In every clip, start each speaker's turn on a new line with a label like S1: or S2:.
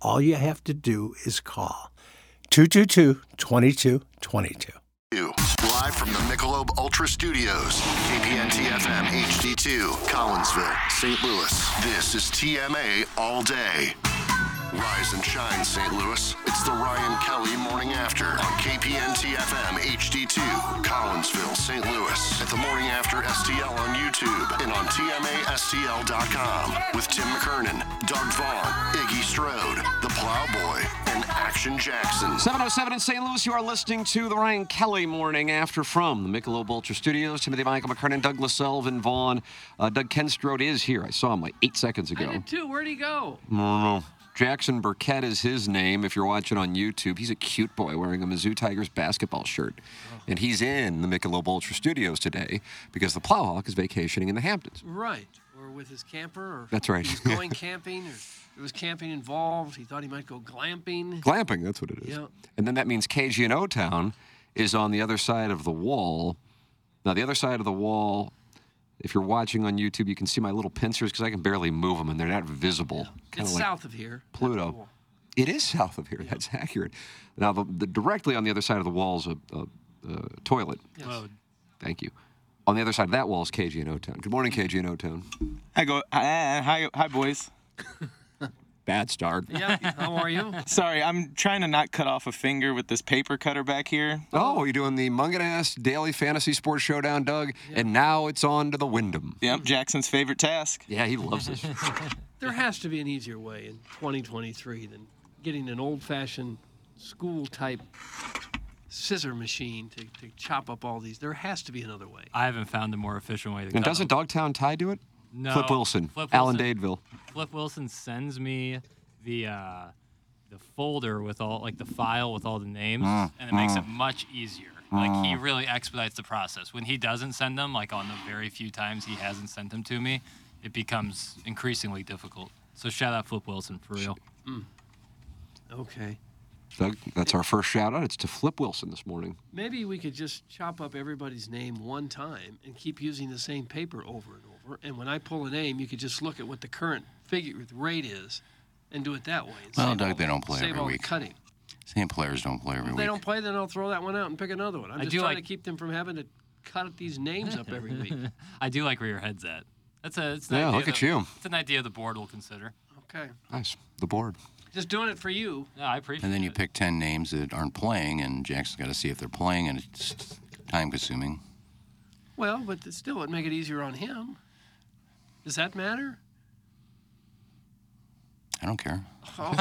S1: All you have to do is call 222 2222.
S2: Live from the Michelob Ultra Studios, KPNT FM HD2, Collinsville, St. Louis. This is TMA All Day. Rise and shine, St. Louis. It's the Ryan Kelly Morning After on KPNT FM HD2, Collinsville, St. Louis. At the Morning After STL on YouTube and on TMASTL.com with Tim McKernan, Doug Vaughn, Iggy Strode, The Plowboy, and Action Jackson.
S3: 707 in St. Louis, you are listening to the Ryan Kelly Morning After from the Michelob Ultra Studios. Timothy Michael McKernan, Doug LaSalle, and Vaughn. Uh, Doug Kenstrode is here. I saw him like eight seconds ago.
S4: I did too. Where'd he go?
S3: Mm. Jackson Burkett is his name. If you're watching on YouTube, he's a cute boy wearing a Mizzou Tigers basketball shirt. And he's in the Michelob Ultra Studios today because the Plowhawk is vacationing in the Hamptons.
S4: Right. Or with his camper. Or
S3: That's right.
S4: He was going camping, or there was camping involved. He thought he might go glamping.
S3: Glamping, that's what it is.
S4: Yeah.
S3: And then that means KG and O Town is on the other side of the wall. Now, the other side of the wall, if you're watching on YouTube, you can see my little pincers because I can barely move them and they're not visible. Kinda
S4: it's
S3: like
S4: south of here. That's
S3: Pluto.
S4: cool.
S3: It is south of here. That's accurate. Now, the, the, directly on the other side of the wall is a, a, a toilet.
S4: Yes.
S3: Thank you. On the other side of that wall is KG and O Town. Good morning, KG and O Town.
S5: Hi, go. Hi, hi, hi, boys.
S3: Bad start.
S4: Yeah. How are you?
S5: Sorry, I'm trying to not cut off a finger with this paper cutter back here.
S3: Oh, you're doing the Mungan Ass Daily Fantasy Sports Showdown, Doug, and now it's on to the Wyndham.
S6: Hmm.
S5: Yep, Jackson's favorite task.
S3: Yeah, he loves this.
S4: There has to be an easier way in 2023 than getting an old-fashioned school-type scissor machine to, to chop up all these. There has to be another way.
S7: I haven't found a more efficient way to go.
S3: and doesn't Dogtown Ty do it?
S7: No.
S3: Flip Wilson,
S7: Flip
S3: Alan
S7: Wilson.
S3: Dadeville.
S7: Flip Wilson sends me the uh, the folder with all like the file with all the names,
S3: Mm,
S7: and it makes it much easier. Like he really expedites the process. When he doesn't send them, like on the very few times he hasn't sent them to me, it becomes increasingly difficult. So shout out Flip Wilson for real.
S4: Okay.
S3: Doug, that's our first shout out. It's to Flip Wilson this morning.
S4: Maybe we could just chop up everybody's name one time and keep using the same paper over and over. And when I pull a name, you could just look at what the current figure the rate is, and do it that way. and
S8: Well,
S4: save
S8: Doug,
S4: all-
S8: they don't play
S4: save
S8: every
S4: all the
S8: week.
S4: Cutting.
S8: Same players don't play every
S4: If
S8: week.
S4: they don't play, then I'll throw that one out and pick another one. I'm
S7: I
S4: just
S7: do
S4: trying
S7: like-
S4: to keep them from having to cut these names up every week.
S7: I do like where your head's at. That's a it's an
S3: Yeah,
S7: idea
S3: look at
S7: that-
S3: you.
S7: It's an idea the board will consider.
S4: Okay.
S3: Nice. The board.
S4: Just doing it for you.
S7: No, I appreciate.
S8: and then you
S7: it.
S8: pick 10 names that aren't playing, and Jackson's got to see if they're playing, and it's time consuming.
S4: Well, but th- still, it'd make it easier on him. Does that matter?
S8: I don't care.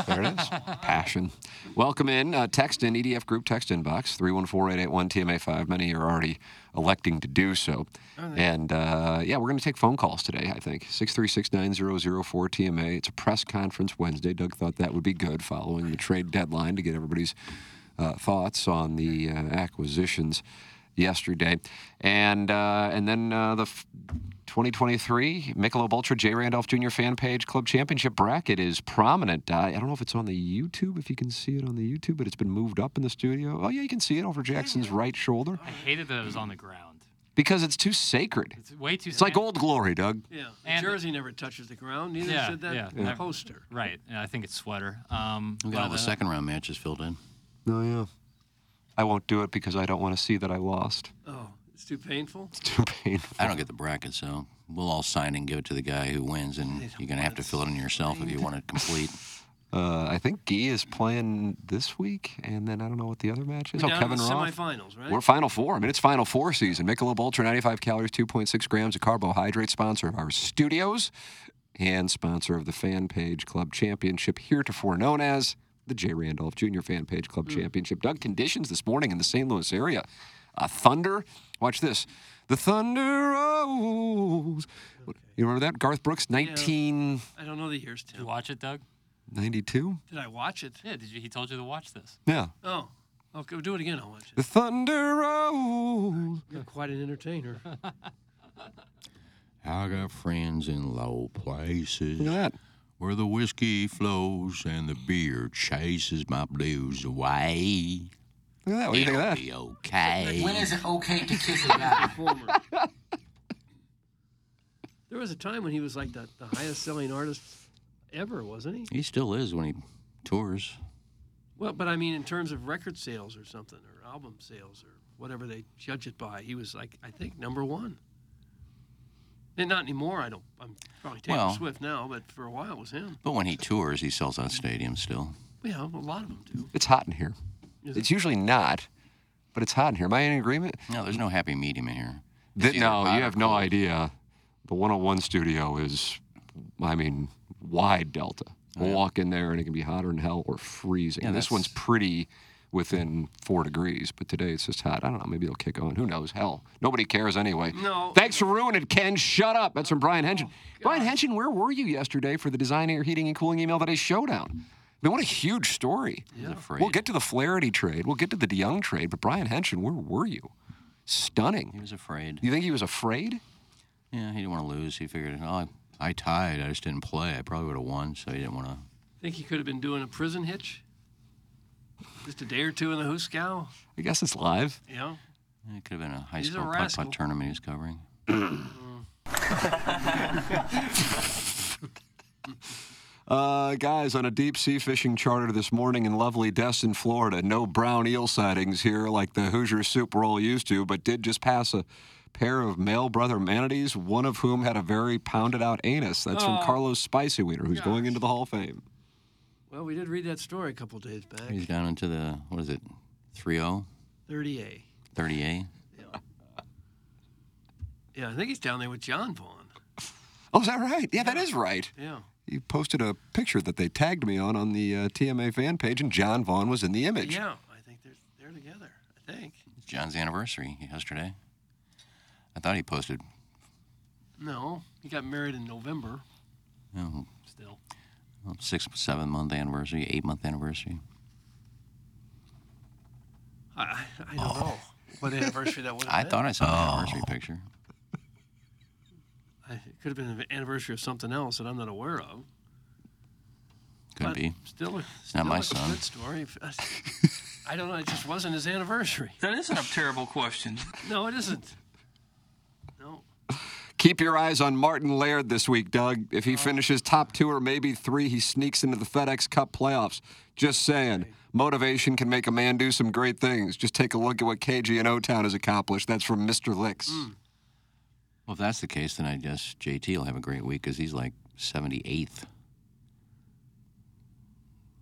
S3: There it is. Passion. Welcome in. Uh, text in EDF group text inbox 314-881-TMA5. Many are already electing to do so. And uh, yeah, we're going to take phone calls today, I think. 636-9004-TMA. It's a press conference Wednesday. Doug thought that would be good following the trade deadline to get everybody's uh, thoughts on the uh, acquisitions yesterday. And uh, and then uh, the f- 2023 Michelob Ultra J. Randolph Jr. fan page club championship bracket is prominent. Uh, I, I don't know if it's on the YouTube, if you can see it on the YouTube, but it's been moved up in the studio. Oh, yeah, you can see it over Jackson's right shoulder
S7: I hated that it was on the ground.
S3: because it's too sacred.
S7: It's way too.
S3: It's like old glory, Doug.
S4: Yeah. The
S7: And-
S4: jersey never touches the ground. Neither
S7: Yeah,
S4: should that
S7: yeah, yeah.
S4: poster.
S7: Right. and I think it's sweater. Um,
S8: We got all
S7: but,
S8: the
S7: uh,
S8: second round matches filled in.
S3: No, yeah. I won't do it because I don't want to see that I lost.
S4: Oh, it's too painful.
S3: It's too painful.
S8: I don't get the bracket, so we'll all sign and give it to the guy who wins, and you're going to have to fill it in yourself if you want it complete.
S3: Uh, I think Guy is playing this week, and then I don't know what the other match is.
S4: We're
S3: oh,
S4: down
S3: Kevin
S4: to the
S3: Roth.
S4: semifinals, right?
S3: We're Final Four. I mean, it's Final Four season. Michelob Ultra, 95 calories, 2.6 grams of carbohydrate. Sponsor of our studios and sponsor of the Fan Page Club Championship, heretofore known as the J. Randolph Jr. Fan Page Club Championship. Doug, conditions this morning in the St. Louis area. A thunder. Watch this. The thunder rolls. You remember that? Garth Brooks, 1992.
S4: I don't know the years,
S7: Did you
S4: Tim.
S7: watch it, Doug?
S4: Did I watch it?
S7: Yeah. Did you? He told you to watch this.
S3: Yeah.
S4: Oh, okay. Do it again. I'll watch it.
S3: The thunder rolls.
S4: You're quite an entertainer.
S8: I got friends in low places.
S3: Look at that.
S8: where the whiskey flows and the beer chases my blues away.
S3: Look at that. What do you think of that?
S8: Be okay.
S4: Former. There was a time when he was like the, the highest selling artist ever, wasn't he?
S8: He still is when he tours.
S4: Well, but I mean, in terms of record sales or something, or album sales, or whatever they judge it by, he was like, I think number one. And not anymore. I don't. I'm probably Taylor
S8: Well-
S4: Swift now, but for a while it was him.
S8: But when he tours, he sells out stadiums still.
S4: Yeah, a lot of them do.
S3: It's hot in here.
S4: Is
S3: It's usually not, but it's hot in here. Am I in agreement?
S8: No, there's no happy medium in here.
S3: That,
S8: either
S3: no,
S8: hot
S3: you
S8: or
S3: have no
S8: cold.
S3: idea. The 101 studio is, I mean, wide delta. We'll walk in there and it can be hotter than hell or freezing.
S8: Yeah,
S3: this one's
S8: that's-
S3: pretty within four degrees, but today it's just hot. I don't know. Maybe it'll kick on. Who knows? Hell, nobody cares anyway.
S4: No.
S3: Thanks for ruining it, Ken. Shut up. That's from Brian Henson. Brian Henson, where were you yesterday for the Design Air Heating and Cooling Email Today Showdown? I mean, what a huge story.
S8: Afraid.
S3: We'll get to the Flaherty trade. We'll get to the DeYoung trade. But Brian Henson, where were you?
S8: he
S3: Stunning.
S8: was afraid.
S3: You think he was afraid?
S8: Yeah, he didn't want to lose. He figured, oh, I, I tied. I just didn't play. I probably would have won, so he didn't want to.
S4: Think he could have been doing a prison hitch? Just a day or two in the Huskow,
S3: I guess it's live.
S4: you know?
S8: It could have been a high
S4: He's a
S8: school putt
S4: rascal.
S8: putt tournament he was covering.
S3: Uh, guys, on a deep sea fishing charter this morning in lovely Destin, Florida. No brown eel sightings here like the Hoosier Soup Roll used to, but did just pass a pair of male brother manatees, one of whom had a very pounded out anus. That's from Carlos Spicy Wiener, who's going into the Hall of Fame.
S4: Well, we did read that story a couple days back.
S8: He's down into the, what is it, oh? 3 0,
S4: 30A.
S8: 30A?
S4: Yeah, I think he's down there with John Vaughn.
S3: Oh, is that right? Yeah, that is right.
S4: Yeah.
S3: He posted a picture that they tagged me on on the uh, TMA fan page, and John Vaughn was in the image.
S4: Yeah, I think they're, they're together. I think.
S8: It's John's anniversary yesterday. I thought he posted.
S4: No, he got married in November.
S8: You know,
S4: Still.
S8: Well, oh, six, seven month anniversary, eight month anniversary.
S4: I, I I don't know what anniversary that would have
S8: Oh. I
S4: been.
S8: thought I saw an anniversary picture.
S4: I, it could have been an anniversary of something else that I'm not aware of.
S8: Could
S4: But
S8: be.
S4: Still, a-
S8: not
S4: still
S8: my
S4: a
S8: son.
S4: Good story. If- uh, I don't know. It just wasn't his anniversary.
S6: That is a terrible question.
S4: No, it isn't. No.
S3: Keep your eyes on Martin Laird this week, Doug. If
S8: Oh.
S3: he finishes top two or maybe three, he sneaks into the FedEx Cup playoffs. Just saying, motivation can make a man do some great things. Just take a look at what KG and O Town has accomplished. That's from Mr. Licks.
S8: Hmm. Well, if that's the case, then I guess JT will have a great week because he's like 78th,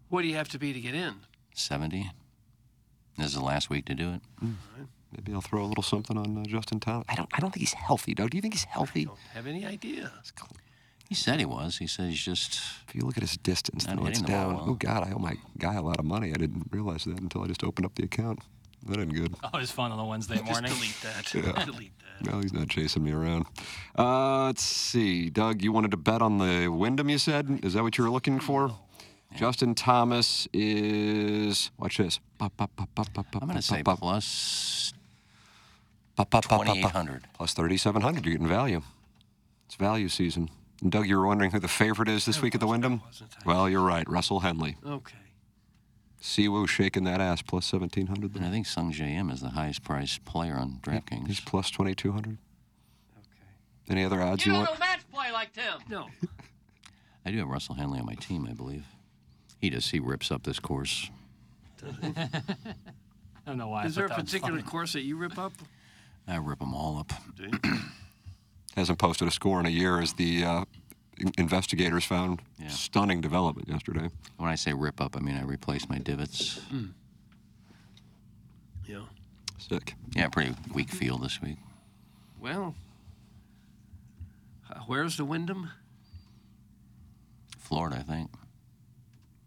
S4: What do you have to be to get in?
S8: 70. This is the last week to do it.
S3: Maybe I'll throw a little something on uh, Justin Thomas. I don't. I don't think he's healthy, Doug. Do you think he's healthy?
S4: Don't have any idea.
S8: He said he was. He said he's just.
S3: If you look at his distance,
S8: Not
S3: though, it's
S8: hitting the ball
S3: down.
S8: well.
S3: Oh God, I owe my guy a lot of money. I didn't realize that until I just opened up the account. That ain't good.
S7: Always Oh, fun on a Wednesday morning.
S4: Delete that. Delete that.
S3: No, he's not chasing me around. Uh, let's see. Doug, you wanted to bet on the Wyndham, you said? Is that what you were looking for? Justin Thomas is. Watch this. I'm
S8: I'm going to say plus 2,800.
S3: Plus 3,700. You're getting value. It's value season. And Doug, you were wondering who the favorite is this week at the Wyndham? Well, you're right. Russell Henley.
S4: Okay.
S3: Siwoo shaking that ass. Plus 1,700.
S8: And
S3: there.
S8: I think Sung J M is the highest priced player on
S3: He's
S8: DraftKings.
S3: plus 2,200. Any other odds you want?
S7: match play like Tim.
S4: No.
S8: I do have Russell Henley on my team, I believe. He does. He rips up this course.
S7: I don't know why.
S4: Is there a
S7: I thought that was
S4: particular
S7: funny.
S4: course that you rip up?
S8: I rip them all up.
S3: hasn't posted a score in a year is the uh, in- investigators found. Stunning development yesterday.
S8: When I say rip up, I mean I replaced my divots.
S7: Hmm.
S4: Yeah.
S3: Sick.
S8: Yeah, pretty weak field this week.
S4: Well, uh, where's the Wyndham?
S8: Florida, I think.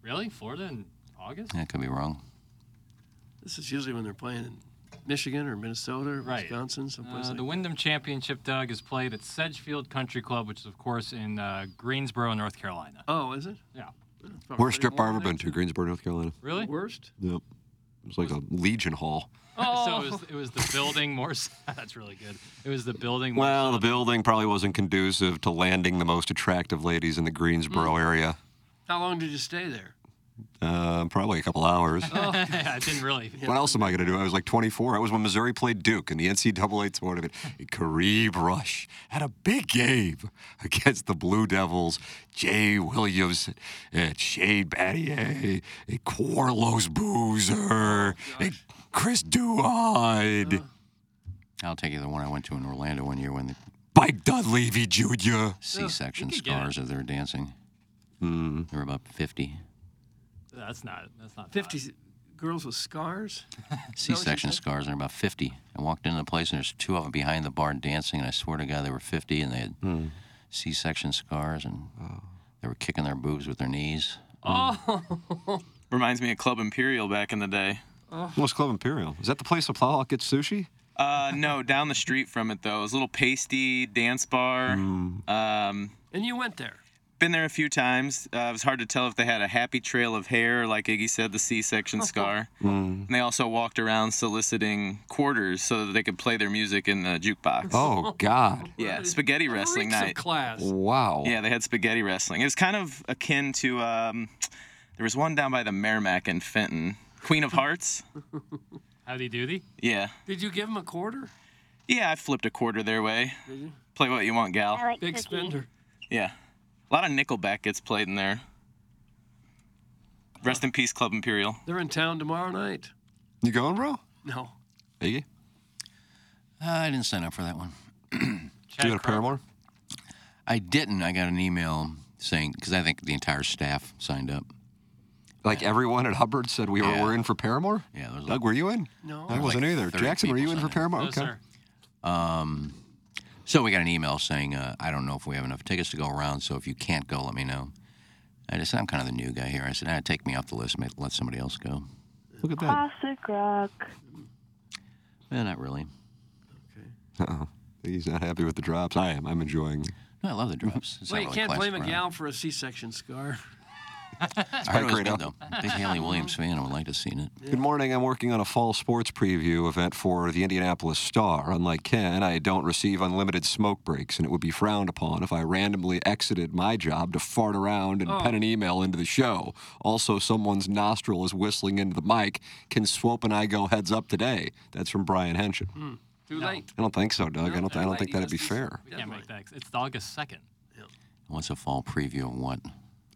S7: Really? Florida in August?
S8: Yeah, could be wrong.
S4: This is usually when they're playing in Michigan or Minnesota or
S7: Right.
S4: Wisconsin, someplace
S7: Uh,
S4: like
S7: the Wyndham Championship, Doug, is played at Sedgefield Country Club, which is, of course, in uh, Greensboro, North Carolina.
S4: Oh, is it?
S7: Yeah.
S3: Worst trip I've ever been to, Greensboro, North Carolina.
S7: Really?
S4: Worst?
S3: Yep. It was like a Legion Hall.
S7: So it was,
S4: Oh.
S7: it was the building more. s- That's really good. It was the building. more
S3: Well, the building probably wasn't conducive to landing the most attractive ladies in the Greensboro area.
S4: How long did you stay there?
S3: Uh, probably a couple hours.
S7: Oh, yeah, it didn't really.
S3: What else am I going to do? I was like 24. I was when Missouri played Duke in the NCAA tournament. Kareem Rush had a big game against the Blue Devils. Jay Williams, uh, Shane Battier, and Corlos Boozer, and Chris Duhon,
S8: I'll take you the one I went to in Orlando one year when the
S3: Mike Dunleavy Jr.
S8: C-section
S7: could get it.
S8: scars of their dancing. There were about 50
S7: That's not. That's not.
S4: 50 girls with scars?
S8: C-section scars, and there were about 50. I walked into the place and there's two of them behind the bar dancing, and I swear to God they were 50, and they had C-section scars, and they were kicking their boobs with their knees.
S5: Reminds me of Club Imperial back in the day.
S3: What's Club Imperial? Is that the place where Plowhawk gets sushi?
S5: Uh, no, down the street from it though, it was a little pasty dance bar.
S6: Hmm.
S5: Um,
S4: And you went there.
S5: been there a few times. Uh, it was hard to tell if they had a happy trail of hair, like Iggy said, the C-section scar.
S6: Hmm.
S5: And they also walked around soliciting quarters so that they could play their music in the jukebox.
S3: Oh, God.
S5: Yeah, spaghetti wrestling
S4: Reeks of
S5: night.
S4: class.
S3: Wow.
S5: Yeah, they had spaghetti wrestling. It was kind of akin to um, there was one down by the Merrimack in Fenton, Queen of Hearts.
S7: Howdy doody.
S5: Yeah,
S4: Did you give him a quarter?
S5: yeah, I flipped a quarter their way. Play what you want, gal.
S4: Big spender.
S5: Yeah, a lot of Nickelback gets played in there. Rest in peace, Club Imperial.
S4: They're in town tomorrow night.
S3: You going, bro?
S4: No.
S3: Iggy?
S8: Uh, I didn't sign up for that one.
S3: Do you go to Paramore?
S8: I didn't. I got an email saying, because I think the entire staff signed up.
S3: Like everyone at Hubbard said, we
S8: Yeah.
S3: were, were in for Paramore.
S8: Yeah, there was
S3: Doug, were you in?
S4: No.
S3: I wasn't either.
S8: 30
S3: Jackson, were you
S8: people
S3: in
S8: signed
S3: for
S8: up.
S3: Paramore?
S7: No,
S3: okay.
S7: sir.
S8: So we got an email saying, uh, I don't know if we have enough tickets to go around, so if you can't go, let me know. I just said, I'm kind of the new guy here. I said, ah, take me off the list, mate. let somebody else go.
S3: Look at that.
S8: Eh, not really.
S3: Uh-oh. He's not happy with the drops. I am. I'm enjoying.
S8: No, I love the drops. It's
S4: Well,
S8: not
S4: you
S8: really
S4: can't
S8: classic
S4: blame a
S8: rock.
S4: gal for a C-section scar.
S8: I heard it was
S3: Great
S8: good, though. Big Haley Williams fan. I would like to see it.
S3: Good morning. I'm working on a fall sports preview event for the Indianapolis Star. Unlike Ken, I don't receive unlimited smoke breaks, and it would be frowned upon if I randomly exited my job to fart around and pen an email into the show. Also, someone's nostril is whistling into the mic. Can Swope and I go heads up today? That's from Brian Henson.
S4: Too late.
S3: I don't think so, Doug. I don't. I don't
S4: like
S3: think that'd be
S4: ESPYs.
S3: fair.
S7: We can't make that. It's August second.
S8: What's a fall preview of what?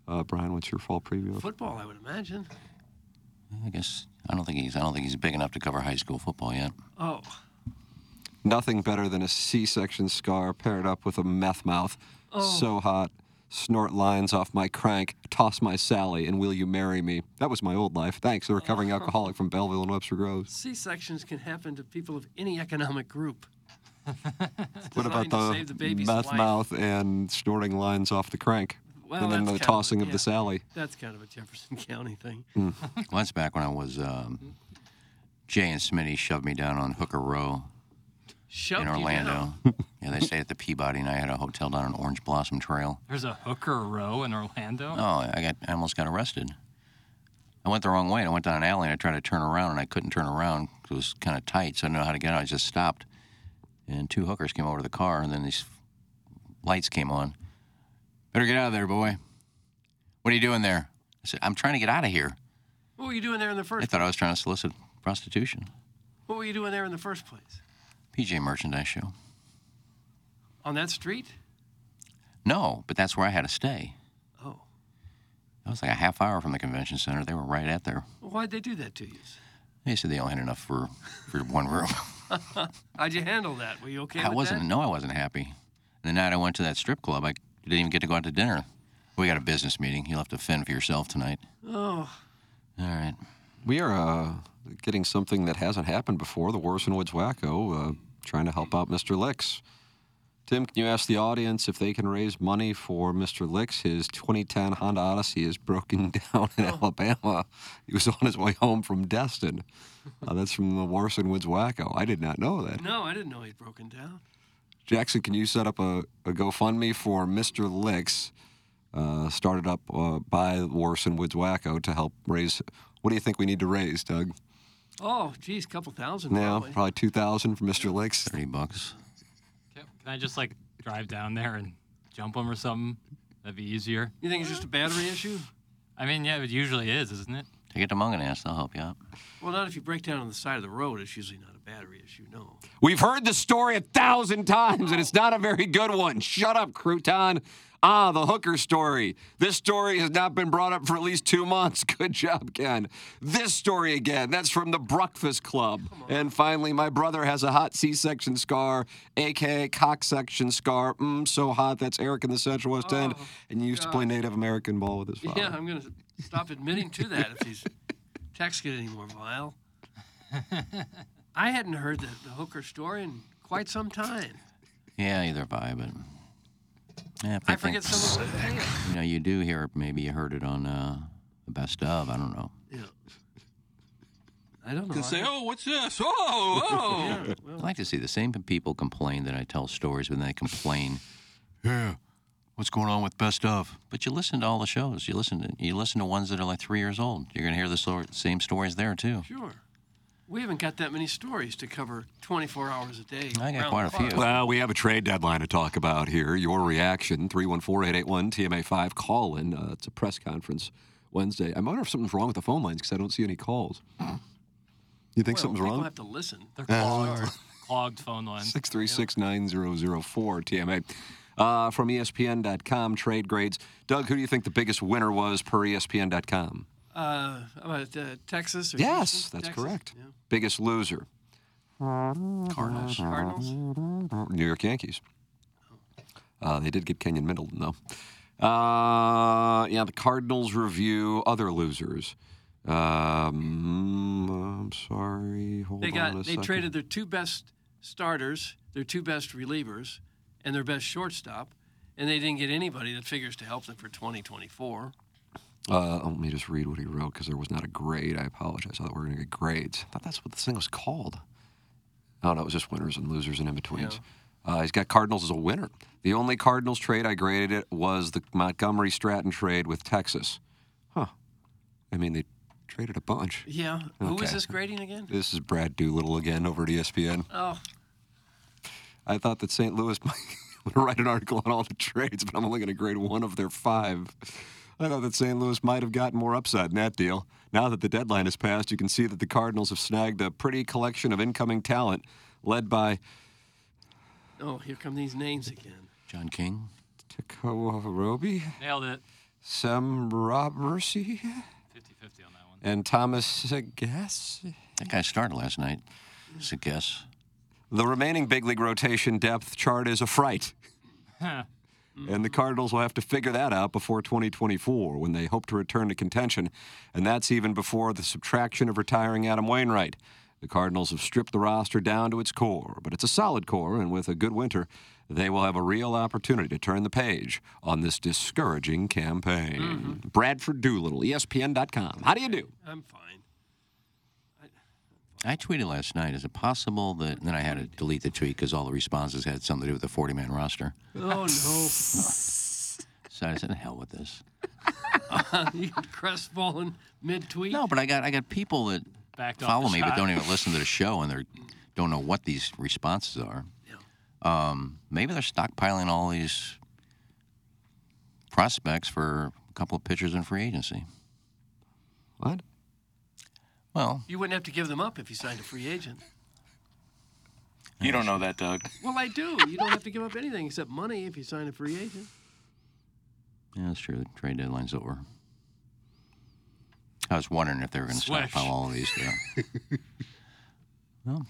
S3: Uh, Brian, what's your fall preview? of-
S4: Football, I would imagine.
S8: I guess I don't think he's I don't think he's big enough to cover high school football yet.
S4: Oh,
S3: Nothing better than a C-section scar paired up with a meth mouth.
S4: Oh.
S3: So hot. Snort lines off my crank, toss my Sally, and will you marry me? That was my old life. Thanks, the
S4: Oh.
S3: recovering alcoholic from Belleville and Webster Groves.
S4: C-sections can happen to people of any economic group.
S3: What about
S4: Designed to
S3: the,
S4: save the baby's
S3: meth
S4: life.
S3: mouth and snorting lines off the crank?
S4: Well,
S3: and then the
S4: that's kind of-
S3: tossing of,
S4: yeah.
S3: the Sally.
S4: That's kind of a Jefferson County thing.
S3: Hmm.
S8: Well, that's back when I was um, Jay and Smitty shoved me down on Hooker Row.
S4: Shoved
S8: in
S4: you
S8: Orlando.
S4: down.
S8: yeah, they stayed at the Peabody, and I had a hotel down on Orange Blossom Trail.
S7: There's a hooker row in Orlando.
S8: Oh, I got, I almost got arrested. I went the wrong way. and I went down an alley, and I tried to turn around, and I couldn't turn around 'cause it was kind of tight, so I didn't know how to get out. I just stopped, and two hookers came over to the car, and then these lights came on. Better get out of there, boy. What are you doing there? I said, I'm trying to get out of here.
S4: What were you doing there in the
S8: They
S4: first?
S8: thought I was trying to solicit prostitution.
S4: What were you doing there in the first place?
S8: PJ Merchandise Show.
S4: On that street?
S8: No, but that's where I had to stay.
S4: Oh,
S8: That was like a half hour from the convention center. They were right at there.
S4: well, why'd they do that to you?
S8: They said they only had enough for, for one room.
S4: How'd you handle that? Were you okay?
S8: I
S4: with
S8: wasn't.
S4: That?
S8: No, I wasn't happy. The night I went to that strip club, I didn't even get to go out to dinner. We got a business meeting. You'll have to fend for yourself tonight.
S4: Oh,
S8: All right.
S3: We are uh, getting something that hasn't happened before. The Warson Woods Wacko uh, trying to help out Mr. Licks. Tim, can you ask the audience if they can raise money for Mr. Licks? His 2010 Honda Odyssey is broken down in Alabama. He was on his way home from Destin. Uh, that's from the Warson Woods Wacko. I did not know that.
S4: no, I didn't know he'd broken down.
S3: Jackson, can you set up a, a GoFundMe for Mr. Licks, uh, started up uh, by Warson Woods Wacko to help raise? What do you think we need to raise, Doug?
S4: Oh, geez, couple thousand.
S3: now,
S4: probably.
S3: probably 2000 for Mr. Licks.
S8: 30 bucks.
S7: Can, can I just like drive down there and jump him or something? That'd be easier.
S4: You think it's just a battery issue?
S7: I mean, yeah, it usually is, isn't it?
S8: Take it to Munganass. They'll help you out.
S4: Well, not if you break down on the side of the road. It's usually not a battery issue. No.
S3: We've heard the story a thousand times, and it's not a very good one. Shut up, crouton. Ah, the hooker story. This story has not been brought up for at least two months. Good job, Ken. This story again. That's from the Breakfast Club. And finally, my brother has a hot C-section scar, aka cock section scar. Mm, so hot. That's Eric in the Central West End, and he used to play Native American ball with his father.
S4: Oh, Yeah, I'm gonna stop admitting to that if these texts get any more vile. I hadn't heard the, the hooker story in quite some time.
S8: Yeah, either by, but. Yeah, if they
S4: I forget
S8: think-
S4: some of the
S8: You know, you do hear it. Maybe you heard it on uh, the best of. I don't know.
S4: Yeah. I don't know. I-
S6: Say, oh, what's this? Oh, oh.
S4: yeah,
S8: I
S4: well,
S8: like to see the same people complain that I tell stories, but then they complain. Yeah, what's going on with best of? But you listen to all the shows. You listen to you listen to ones that are like three years old. You're gonna hear the sor- same stories there too.
S4: sure. We haven't got that many stories to cover 24 hours a day.
S8: I got
S4: around
S8: quite a
S4: the clock.
S8: few.
S3: Well, we have a trade deadline to talk about here. Your reaction, 314-881-TMA5, call in. Uh, it's a press conference Wednesday. I wonder if something's wrong with the phone lines because I don't see any calls. You think
S4: Well,
S3: something's
S4: people
S3: wrong?
S4: have to listen.
S7: They're clogged, clogged phone lines.
S3: 636-9004 TMA. Uh, from ESPN.com, trade grades. Doug, who do you think the biggest winner was per E ESPN.com?
S4: Uh, about uh, Texas? Or
S3: Yes,
S4: Houston?
S3: that's
S4: Texas?
S3: correct.
S4: Yeah.
S3: Biggest loser,
S8: Cardinals.
S4: Cardinals?
S3: New York Yankees. Uh, they did get Kenyon Middleton, though. Uh, yeah, the Cardinals review other losers. Um, I'm sorry. Hold
S4: They
S3: on
S4: got
S3: a
S4: they
S3: second.
S4: traded their two best starters, their two best relievers, and their best shortstop, and they didn't get anybody that figures to help them for 2024.
S3: Uh, let me just read what he wrote because there was not a grade. I apologize. I thought we were going to get grades. I thought that's what this thing was called. Oh, no, it was just winners and losers and in betweens. Uh, he's got Cardinals as a winner. The only Cardinals trade I graded it was the Montgomery Stratton trade with Texas. Huh. I mean, they traded a bunch.
S4: Yeah, who is
S3: Okay.
S4: this grading again?
S3: This is Brad Doolittle again over at E ESPN.
S4: Oh,
S3: I thought that St. Louis might would write an article on all the trades, but I'm only going to grade one of their five. I thought that St. Louis might have gotten more upside in that deal. Now that the deadline has passed, you can see that the Cardinals have snagged a pretty collection of incoming talent led by
S4: oh, here come these names again.
S8: John King.
S3: Takoa Roby,
S7: Nailed it.
S3: Sam Robertsy,
S7: 50-50 on that one.
S3: and Thomas Guess.
S8: That guy started last night. It's a guess.
S3: The remaining big league rotation depth chart is a fright. Mm-hmm. and the Cardinals will have to figure that out before 2024 when they hope to return to contention. And that's even before the subtraction of retiring Adam Wainwright. The Cardinals have stripped the roster down to its core, but it's a solid core, and with a good winter, they will have a real opportunity to turn the page on this discouraging campaign.
S4: Mm-hmm.
S3: Bradford Doolittle, E ESPN.com. How do you do?
S4: I'm fine.
S8: I tweeted last night. Is it possible that and then I had to delete the tweet because all the responses had something to do with the 40-man roster?
S4: Oh no,
S8: So I said, "The hell with this."
S4: you crestfallen mid-tweet.
S8: No, but I got I got people that
S7: Backed off
S8: follow
S7: the
S8: me but
S7: shot.
S8: don't even listen to the show and they don't know what these responses are. Um, maybe they're stockpiling all these prospects for a couple of pitchers in free agency.
S3: What?
S8: Well,
S4: You wouldn't have to give them up if you signed a free agent.
S5: You don't know that, Doug.
S4: Well, I do. You don't have to give up anything except money if you sign a free agent.
S8: yeah, that's true. The trade deadline's over. I was wondering if they were going to
S7: Swish.
S8: stockpile all of these. Yeah. well,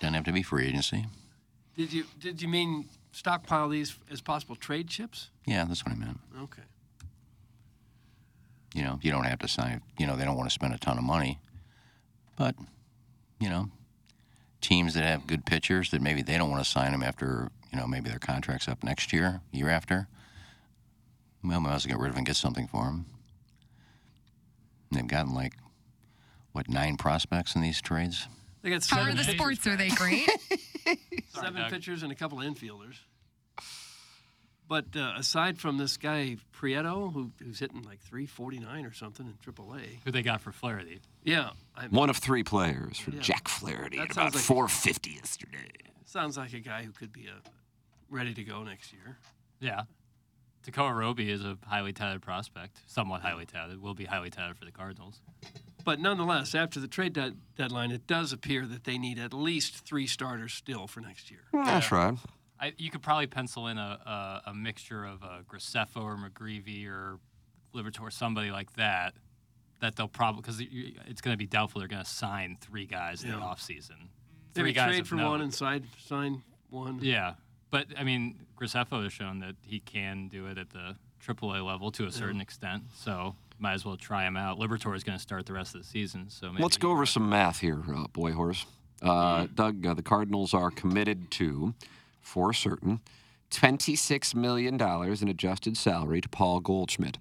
S8: doesn't have to be free agency.
S4: Did you did you mean stockpile these as possible trade chips?
S8: Yeah, that's what I meant.
S4: Okay.
S8: You know, you don't have to sign. You know, they don't want to spend a ton of money, but you know, teams that have good pitchers that maybe they don't want to sign them after you know maybe their contract's up next year, year after. Well, might as well get rid of 'em and get something for them. They've gotten like what nine prospects in these trades.
S4: They got
S9: How are
S4: seven
S9: the
S4: pitchers
S9: sports? Are they great?
S4: seven pitchers and a couple of infielders. But uh, aside from this guy Prieto, who, who's hitting like 349 or something in AAA,
S7: Who they got for Flaherty?
S4: yeah, I
S3: One of three players for
S4: Yeah.
S3: Jack Flaherty
S4: That
S3: at
S4: sounds
S3: about
S4: like-
S3: 450 yesterday.
S4: sounds like a guy who could be a ready to go next year.
S7: Yeah. Takoa Roby is a highly touted prospect, somewhat highly touted. Will be highly touted for the Cardinals.
S4: But nonetheless, after the trade dead deadline, it does appear that they need at least three starters still for next year.
S3: That's right.
S7: I, you could probably pencil in a, a, a mixture of uh Grisefo or McGreevy or Libertor, somebody like that. That they'll probably because it's going to be doubtful they're going to sign three guys in the
S4: Yeah.
S7: offseason.
S4: Maybe
S7: Three guys
S4: trade
S7: of
S4: for
S7: note.
S4: one and side sign one.
S7: Yeah, but I mean, Grisefo has shown that he can do it at the AAA level to a certain extent. So might as well try him out. Libertor is going to start the rest of the season, so maybe
S3: Let's go over some math here, uh, boy horse. Uh, Doug, uh, the Cardinals are committed to, for certain, $26 million in adjusted salary to Paul Goldschmidt.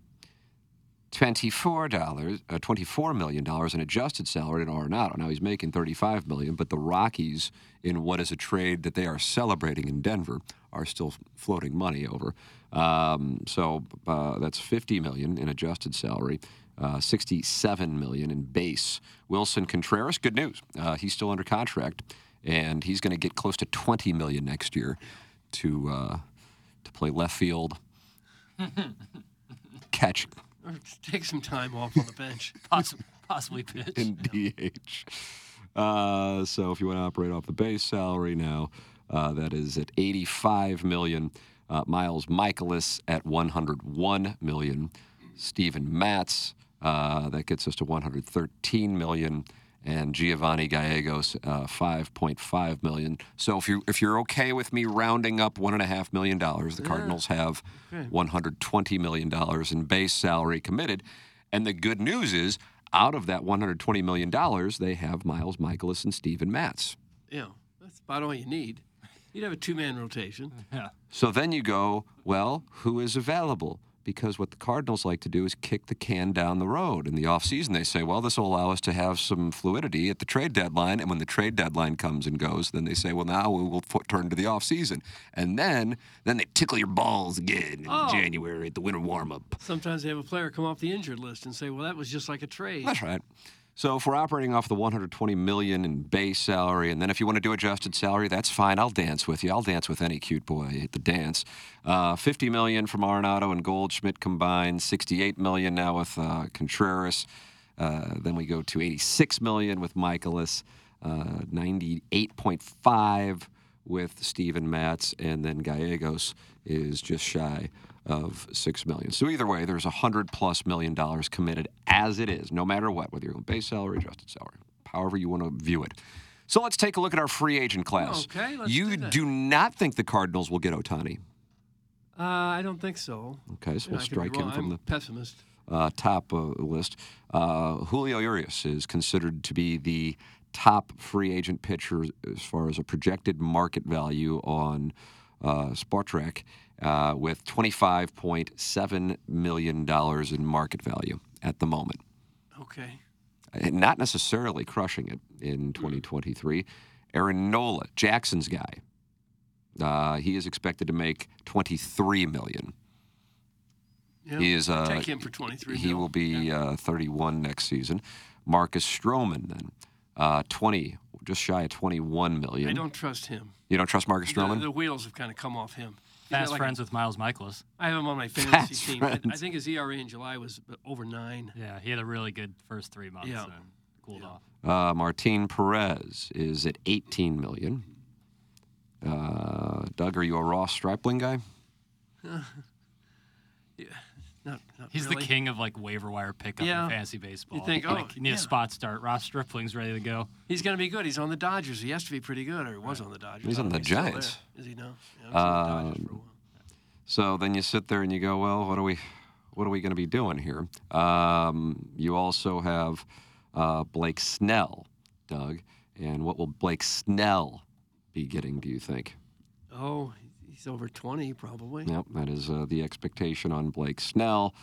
S3: $24, uh, $24 million in adjusted salary to Arenado. Now he's making $35 million, but the Rockies, in what is a trade that they are celebrating in Denver, are still floating money over. Um, so uh, that's $50 million in adjusted salary, uh, $67 million in base. Wilson Contreras, good news. Uh, he's still under contract, and he's going to get close to $20 million next year to, uh, to play left field, catch,
S4: Or take some time off on the bench.
S7: possibly, possibly pitch.
S3: and DH. Uh, so if you want to operate off the base salary now, uh, that is at 85 million. Uh, Miles Michaelis at 101 million. Stephen Matz, uh, that gets us to 113 million. And Giovanni Gallegos, uh, 5.5 million. So if you if you're okay with me rounding up one and a half million dollars, the Cardinals have 120 million dollars in base salary committed. And the good news is, out of that 120 million dollars, they have Miles Michaelis and Steven Matz.
S4: Yeah, that's about all you need. You'd have a two-man rotation.
S3: So then you go, well, who is available? Because what the Cardinals like to do is kick the can down the road. In the offseason, they say, well, this will allow us to have some fluidity at the trade deadline. And when the trade deadline comes and goes, then they say, well, now we will f- turn to the offseason. And then then they tickle your balls again in January at the winter warm up.
S4: Sometimes they have a player come off the injured list and say, "Well, that was just like a trade."
S3: That's right. So if we're operating off the 120 million in base salary, and then if you want to do adjusted salary, that's fine. I'll dance with you. I'll dance with any cute boy at the dance. Uh, 50 million from Arenado and Goldschmidt combined. 68 million now with uh, Contreras. Uh, then we go to 86 million with Michaelis. Uh, 98.5 with Steven Matz, and then Gallegos is just shy of six million. So either way, there's a hundred plus million dollars committed as it is, no matter what, whether you're on base salary, adjusted salary, however you want to view it. So let's take a look at our free agent class.
S4: Okay, let's
S3: you
S4: do that.
S3: not think the Cardinals will get Otani.
S4: Uh, I don't think so.
S3: Okay, so
S4: Yeah,
S3: we'll
S4: I could be
S3: strike him
S4: wrong.
S3: from
S4: I'm
S3: the
S4: pessimist.
S3: uh, top uh, list. Uh, Julio Urias is considered to be the top free agent pitcher as far as a projected market value on uh, Sportrac, uh, with $25.7 million in market value at the moment.
S4: Okay.
S3: And not necessarily crushing it in 2023. Aaron Nola, Jackson's guy, uh, he is expected to make 23 million.
S4: Yeah.
S3: He is, uh,
S4: take him for 23.
S3: He
S4: mil.
S3: will be uh, 31 next season. Marcus Stroman then, uh, 20, just shy of 21 million.
S4: I don't trust him.
S3: you don't trust Marcus
S4: The,
S3: Stroman?
S4: the wheels have kind of come off him. He's got
S7: Fast
S4: like a-
S7: friends with Miles Michaelis.
S4: I have him on my fantasy
S3: Fast
S4: team. I, I
S3: friends.
S4: think his ERA in July was uh, over nine.
S7: Yeah, he had a really good first three months
S4: Yeah.
S7: and then cooled off.
S3: Uh, Martin Perez is at 18 million. Uh, Doug, are you a Ross Stripling guy?
S4: Not, not
S7: He's
S4: really.
S7: the king of like waiver wire pickup
S4: Yeah.
S7: in fantasy baseball.
S4: think,
S7: like,
S4: oh,
S7: you need
S4: yeah.
S7: a spot start. Ross Stripling's ready to go.
S4: He's going to be good. He's on the Dodgers. He has to be pretty good, or he was on the Dodgers.
S3: He's
S4: I
S3: on
S4: don't
S3: the
S4: know if still there.
S3: Giants. Um,
S4: Is he now? Yeah, he was on the Dodgers for a while.
S3: So then you sit there and you go, well, what are we, what are we going to be doing here? Um, you also have uh, Blake Snell, Doug, and what will Blake Snell be getting? Do you think?
S4: Oh, he's over 20 probably.
S3: Yep, that is uh, the expectation on Blake Snell,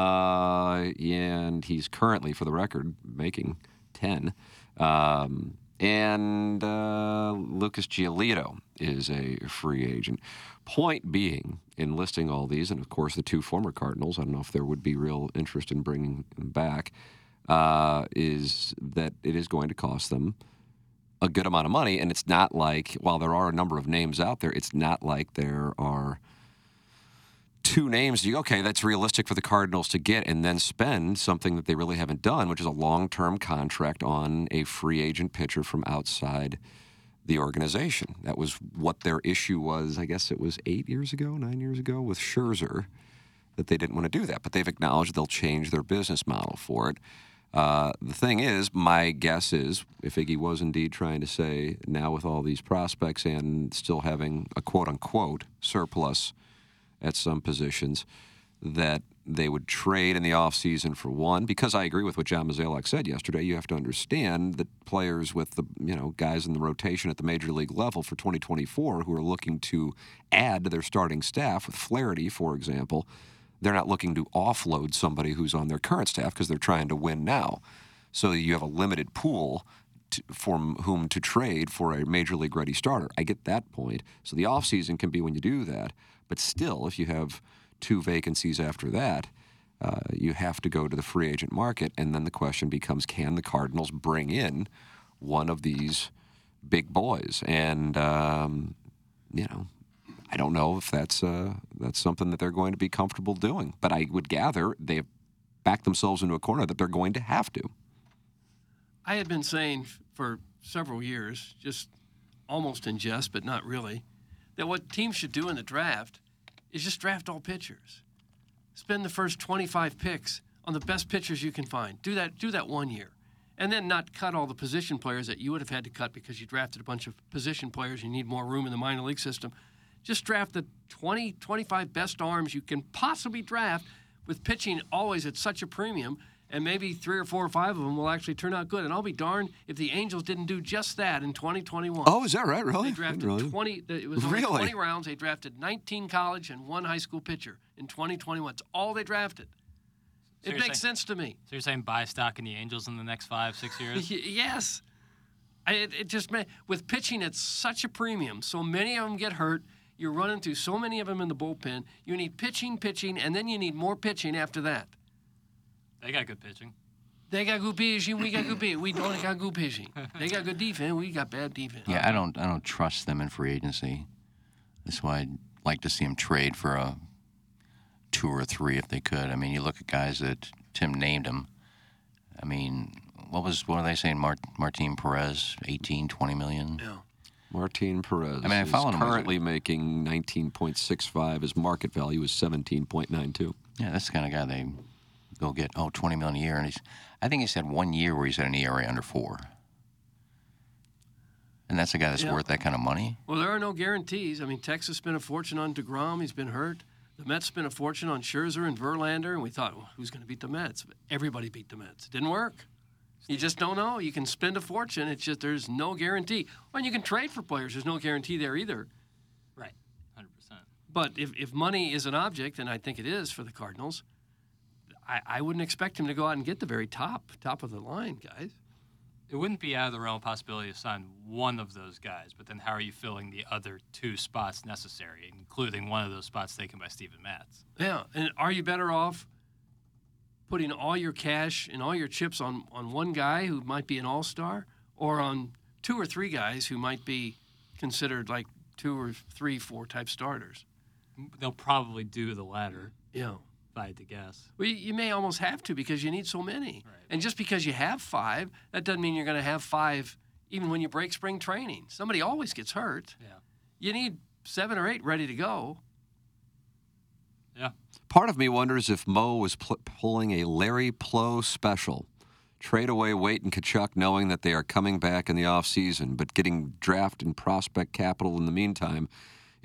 S3: uh, and he's currently, for the record, making ten. Um, and uh, Lucas Giolito is a free agent. Point being, in listing all these, and of course the two former Cardinals, I don't know if there would be real interest in bringing them back, uh, is that it is going to cost them a good amount of money. And it's not like, while there are a number of names out there, it's not like there are two names you okay that's realistic for the cardinals to get and then spend something that they really haven't done which is a long-term contract on a free agent pitcher from outside the organization that was what their issue was i guess it was eight years ago nine years ago with scherzer that they didn't want to do that, but they've acknowledged they'll change their business model for it. Uh, the thing is, my guess is, if Iggy was indeed trying to say now with all these prospects and still having a quote unquote surplus at some positions, that they would trade in the offseason for one. Because I agree with what John Mazalek said yesterday, you have to understand that players with the, you know, guys in the rotation at the major league level for 2024 who are looking to add to their starting staff, with Flaherty, for example, they're not looking to offload somebody who's on their current staff because they're trying to win now. So you have a limited pool to, from whom to trade for a major league ready starter. I get that point. So the offseason can be when you do that. But still, if you have two vacancies after that, uh, you have to go to the free agent market. And then the question becomes can the Cardinals bring in one of these big boys? And, um, you know, I don't know if that's uh, that's something that they're going to be comfortable doing, but I would gather they've backed themselves into a corner that they're going to have to.
S4: I had been saying f- for several years, just almost in jest, but not really, that what teams should do in the draft is just draft all pitchers. Spend the first 25 picks on the best pitchers you can find. Do that. Do that one year, and then not cut all the position players that you would have had to cut because you drafted a bunch of position players. You need more room in the minor league system. Just draft the 20, 25 best arms you can possibly draft, with pitching always at such a premium. And maybe three or four or five of them will actually turn out good. And I'll be darned if the Angels didn't do just that in 2021.
S3: Oh, is that right? Really?
S4: They drafted
S3: Really?
S4: 20. It was only
S3: Really?
S4: 20 rounds. They drafted 19 college and one high school pitcher in 2021. It's all they drafted.
S7: So
S4: it
S7: you're
S4: makes
S7: saying-
S4: sense to me.
S7: So you're saying buy stock in the Angels in the next five, six
S4: Y-
S7: years?
S4: yes, I, it, it just ma- with pitching at such a premium. So many of them get hurt. You're running through so many of them in the bullpen. You need pitching, pitching, and then you need more pitching after that.
S7: they got good pitching.
S4: They got good pitching. We got good pitching. We don't got good pitching. They got good defense. We got bad defense.
S8: Yeah, I don't I don't trust them in free agency. That's why I'd like to see them trade for a two or three if they could. I mean, you look at guys that Tim named them. I mean, what was what are they saying? Mart, Martin Perez, 18, 20 million.
S4: Yeah.
S3: Martin Perez
S8: I mean, I
S3: is
S8: followed him.
S3: currently making 19.65. His market value is 17.92.
S8: Yeah, that's the kind of guy they go get. Oh, 20 million a year, and he's. I think he's had one year where he's had an ERA under four. And that's a guy that's
S4: Yeah.
S8: worth that kind of money.
S4: Well, there are no guarantees. I mean, Texas spent a fortune on DeGrom. He's been hurt. The Mets spent a fortune on Scherzer and Verlander, and we thought, well, who's going to beat the Mets? But everybody beat the Mets. It didn't work. You just don't know. You can spend a fortune. It's just there's no guarantee. Well, and you can trade for players. There's no guarantee there either.
S7: Right. 100%.
S4: But if, if money is an object, and I think it is for the Cardinals, I, I wouldn't expect him to go out and get the very top, top of the line, guys.
S7: It wouldn't be out of the realm of possibility to sign one of those guys, but then how are you filling the other two spots necessary, including one of those spots taken by Steven Matz?
S4: Yeah, and are you better off putting all your cash and all your chips on, on one guy who might be an all star, or on two or three guys who might be considered like two or three, four type starters?
S7: They'll probably do the latter,
S4: Yeah.
S7: if I had to guess.
S4: Well, you- you may almost have to because you need so many. And just because you have five, that doesn't mean you're going to have five even when you break spring training. Somebody always gets hurt.
S7: Yeah.
S4: You need seven or eight ready to go.
S7: Yeah.
S3: Part of me wonders if Mo was pl- pulling a Larry Plo special. Trade away Wait and Kachuk knowing that they are coming back in the offseason, but getting draft and prospect capital in the meantime.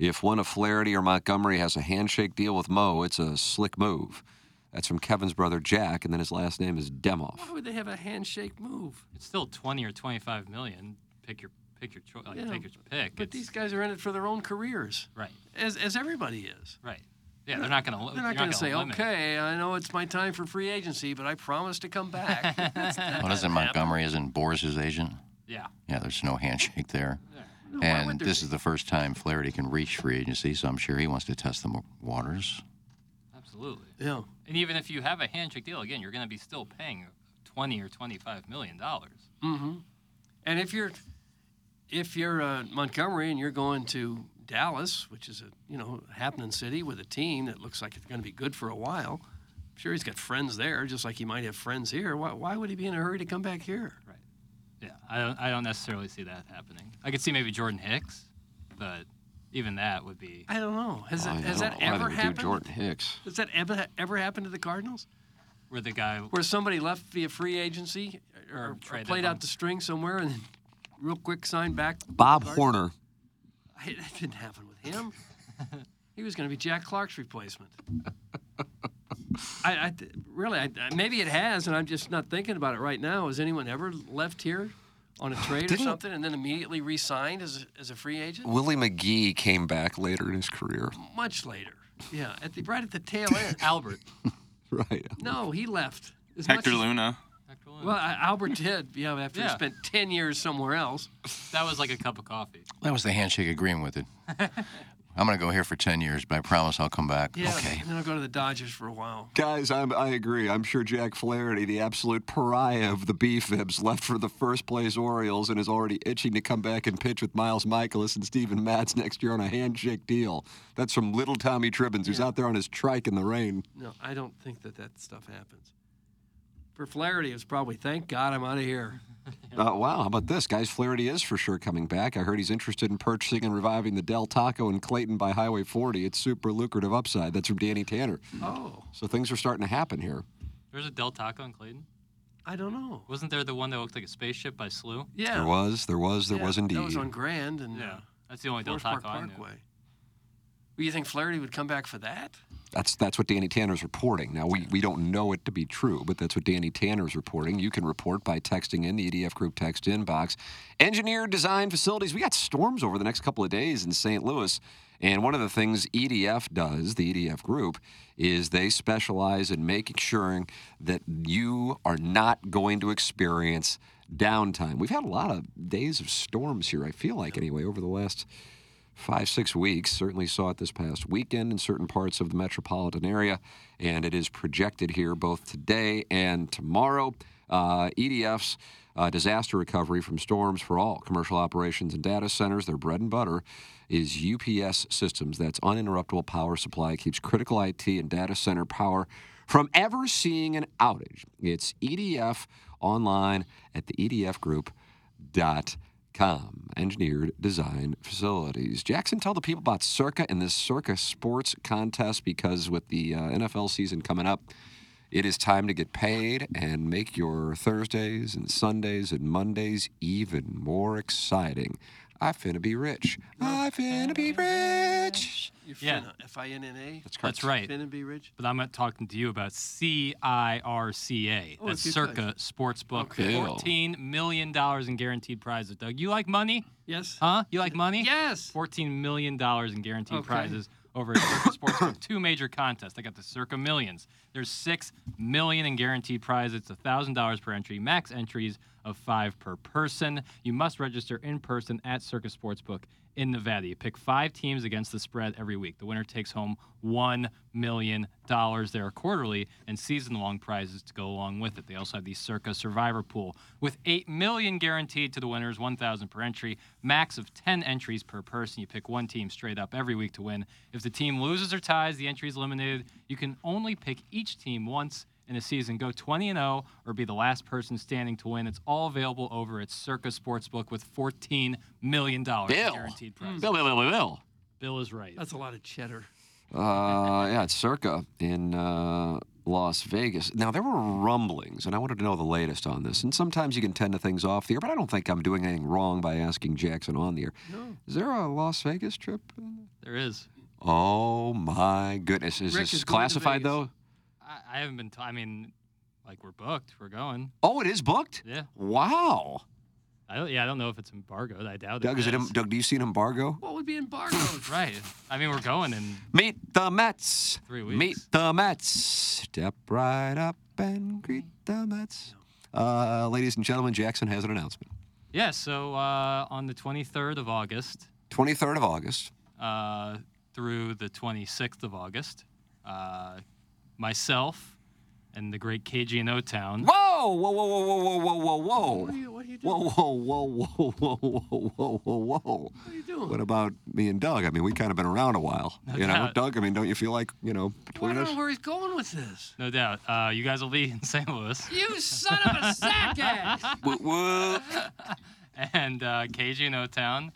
S3: If one of Flaherty or Montgomery has a handshake deal with Mo, it's a slick move. That's from Kevin's brother Jack, and then his last name is Demoff.
S4: Why would they have a handshake move?
S7: It's still 20 or 25 million. Pick your pick your choice. Like,
S4: Yeah,
S7: take your pick.
S4: But
S7: It's-
S4: these guys are in it for their own careers,
S7: right,
S4: as as everybody is.
S7: right. Yeah, they're not going to.
S4: They're not going to say,
S7: limit.
S4: "Okay, I know it's my time for free agency, but I promise to come back." That's- that
S8: Well, isn't
S4: doesn't happen.
S8: Montgomery isn't Boris his agent?
S7: Yeah,
S8: Yeah, there's no handshake there.
S4: No, why would
S8: and
S4: there
S8: this
S4: be?
S8: is the first time Flaherty can reach free agency, so I'm sure he wants to test the wa- waters.
S7: absolutely.
S4: Yeah.
S7: And even if you have a handshake deal, again, you're going to be still paying 20 or 25 million dollars.
S4: And if you're if you're uh, Montgomery and you're going to Dallas, which is a you know happening city with a team that looks like it's going to be good for a while, I'm sure he's got friends there, just like he might have friends here. Why, why would he be in a hurry to come back here?
S7: Yeah, I don't, I don't necessarily see that happening. I could see maybe Jordan Hicks, but even that would be.
S4: I don't know. Has,
S3: I
S4: that, has
S3: don't
S4: that
S3: know why they
S4: ever
S3: would do
S4: happened?
S3: Jordan Hicks.
S4: Has that ever ever happened to the Cardinals,
S7: where the guy
S4: where somebody left via free agency or, or
S7: traded
S4: played
S7: them.
S4: out the string somewhere and then real quick signed back?
S3: Bob
S4: Card-
S3: Horner.
S4: I, that didn't happen with him. he was going to be Jack Clark's replacement. I, I th- really, I, I- maybe it has, and I'm just not thinking about it right now. Has anyone ever left here on a trade or
S3: Didn't-
S4: something and then immediately re-signed as a, as a free agent?
S3: Willie McGee came back later in his career.
S4: Much later, yeah, at the right at the tail end.
S7: Albert.
S3: Right.
S4: no, he left. As much
S5: Hector
S4: as-
S5: Luna.
S7: Dr. Lynn.
S4: Well, I, Albert did. Yeah, after he
S7: Yeah.
S4: spent ten years somewhere else.
S7: that was like a cup of coffee.
S8: That was the handshake agreeing with it. I'm going to go here for 10 years, but I promise I'll come back.
S4: Yeah,
S8: Okay.
S4: And then I'll go to the Dodgers for a while.
S3: Guys, I'm, I agree. I'm sure Jack Flaherty, the absolute pariah of the B-Fibs, left for the first place Orioles and is already itching to come back and pitch with Miles Michaelis and Steven Matz next year on a handshake deal. That's from little Tommy Tribbins, who's out there on his trike in the rain.
S4: No, I don't think that that stuff happens. For Flaherty, it was probably thank God I'm out of here.
S3: Uh, wow, how about this? Guys, Flaherty is for sure coming back. I heard he's interested in purchasing and reviving the Del Taco in Clayton by Highway 40. It's super lucrative upside. That's from Danny Tanner.
S4: Oh,
S3: So things are starting to happen here.
S7: There's a Del Taco in Clayton.
S4: I don't know.
S7: Wasn't there the one that looked like a spaceship by Slew?
S4: Yeah,
S3: There was, there was, there
S4: Oh. yeah,
S3: was indeed.
S4: That was on Grand and
S7: Yeah,
S4: uh,
S7: that's the only Del
S4: Forest
S7: Taco
S4: Park
S7: I knew.
S4: Parkway. Well, you think Flaherty would come back for that?
S3: That's that's what Danny Tanner's reporting. Now we, we don't know it to be true, but that's what Danny Tanner's reporting. You can report by texting in the EDF group text inbox. Engineer design facilities. We got storms over the next couple of days in St. Louis, and one of the things EDF does, the EDF group, is they specialize in making sure that you are not going to experience downtime. We've had a lot of days of storms here, I feel like anyway, over the last five, six weeks. Certainly saw it this past weekend in certain parts of the metropolitan area, and it is projected here both today and tomorrow. Uh, EDF's uh, disaster recovery from storms for all commercial operations and data centers, their bread and butter is UPS systems. That's uninterruptible power supply, keeps critical IT and data center power from ever seeing an outage. It's EDF online at the EDF Group Com, engineered design facilities. Jackson, tell the people about Circa and this Circa sports contest because with the uh, NFL season coming up, it is time to get paid and make your Thursdays and Sundays and Mondays even more exciting. I finna be rich. I finna be rich.
S4: You're
S7: Yeah.
S4: Finna, F-I-N-N-A? That's
S7: That's right.
S4: Finna be rich?
S7: But I'm not talking to you about C I R C A.
S4: Oh,
S7: That's
S4: if you could.
S7: Circa Sportsbook.
S4: Okay.
S8: Ew.
S7: Fourteen million dollars in guaranteed prizes. Doug, you like money?
S4: Yes.
S7: Huh? You like money?
S4: Yes.
S7: Fourteen million dollars in guaranteed
S4: Okay.
S7: prizes over at Circa Sportsbook. Two major contests. I got the Circa Millions. There's six million in guaranteed prizes. It's thousand dollars per entry. Max entries of five per person. You must register in person at Circa Sportsbook in Nevada. You pick five teams against the spread every week. The winner takes home one million dollars. There are quarterly and season-long prizes to go along with it. They also have the Circa Survivor Pool with eight million guaranteed to the winners, one thousand per entry, max of ten entries per person. You pick one team straight up every week to win. If the team loses or ties, the entry is eliminated. You can only pick each team once in a season. Go 20 and 0 or be the last person standing to win. It's all available over at Circa Sportsbook with 14 million dollars
S8: Bill.
S7: guaranteed prize.
S3: Hmm.
S8: Bill, Bill, Bill, Bill, Bill.
S7: Bill is right.
S4: That's a lot of cheddar.
S3: Uh, yeah, it's Circa in uh, Las Vegas. Now there were rumblings, and I wanted to know the latest on this. And sometimes you can tend to things off the air, but I don't think I'm doing anything wrong by asking Jackson on the air. Is there a Las Vegas trip?
S7: There is.
S3: Oh my goodness! Is
S4: Rick
S3: this
S4: is going to
S3: classified
S4: Vegas.
S3: though?
S7: I, I haven't been. T- I mean, like we're booked. We're going.
S3: Oh, it is booked.
S7: Yeah.
S3: Wow.
S7: I don't, yeah, I don't know if it's embargoed. I doubt
S3: Doug,
S7: it.
S3: is it? em- Doug, do you see an embargo?
S4: What would be embargoed?
S7: right. I mean, we're going and
S3: Meet the Mets.
S7: Three
S3: Meet
S7: weeks.
S3: the Mets. Step right up and greet the Mets. Uh, ladies and gentlemen, Jackson has an announcement.
S7: yeah. So uh, on the 23rd of August
S3: 23rd of August.
S7: uh, through the 26th of August, uh, myself and the great KG in O Town.
S3: Whoa! Whoa! Whoa! Whoa! Whoa! Whoa! Whoa! Whoa! What are you, what are you doing? Whoa! Whoa! Whoa! Whoa! Whoa! Whoa! Whoa! Whoa! Whoa! What are you doing? What about me and Doug? I mean, we kind of been around a while. you know,
S7: doubt.
S3: Doug. I mean, don't you feel like you know
S4: I
S3: between
S4: don't
S3: us?
S4: know where he's going with this.
S7: No doubt. Uh, you guys will be in St. Louis.
S4: You son of a sack ass!
S3: Whoa, whoa.
S7: and uh, KG in O Town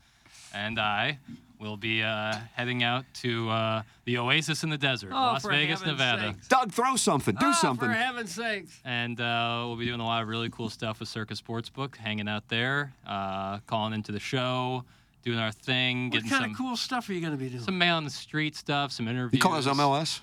S7: and I will be uh, heading out to uh, the Oasis in the Desert, Las
S4: Oh, for
S7: Vegas,
S4: heaven's
S7: Nevada.
S4: sakes.
S3: Doug, throw something. Do
S4: Ah,
S3: something.
S4: For heaven's sakes.
S7: And uh, we'll be doing a lot of really cool stuff with Circus Sportsbook, hanging out there, uh, calling into the show, doing our thing,
S4: What
S7: getting
S4: kind
S7: some,
S4: of cool stuff are you going to be doing?
S7: some mail on the street stuff, some interviews.
S3: you call us MLS?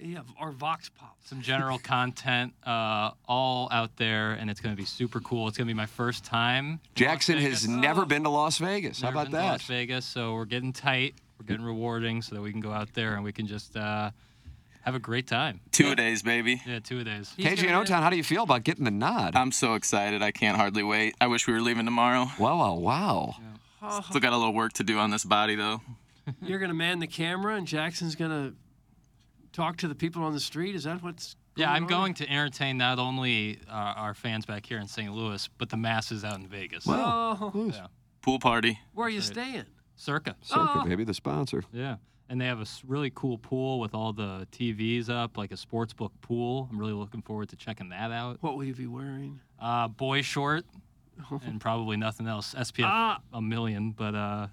S4: yeah, or Vox Pop.
S7: some general content uh, all out there, and it's going to be super cool. It's going to be my first time. in Las
S3: Jackson has
S7: Vegas.
S3: never been to Las Vegas. How
S7: Never
S3: about
S7: been to
S3: that?
S7: Las Vegas, so we're getting tight, we're getting rewarding, so that we can go out there and we can just uh, have a great time.
S5: Two days, baby.
S7: Yeah, two of days.
S3: KG and O Town, how do you feel about getting the nod?
S5: I'm so excited. I can't hardly wait. I wish we were leaving tomorrow.
S3: wow, wow, wow.
S5: Still got a little work to do on this body, though.
S4: You're going to man the camera, and Jackson's going to talk to the people on the street. Is that what's?
S7: Yeah, I'm
S4: on?
S7: going to entertain not only uh, our fans back here in St. Louis, but the masses out in Vegas.
S4: Oh,
S5: Pool party.
S4: where are you staying?
S7: Circa.
S3: Circa, baby, the sponsor.
S7: Yeah. And they have a s- really cool pool with all the TVs up, like a sports book pool. I'm really looking forward to checking that out.
S4: What will you be wearing?
S7: Uh, boy short, and probably nothing else. SPF
S4: Ah.
S7: a million, but uh,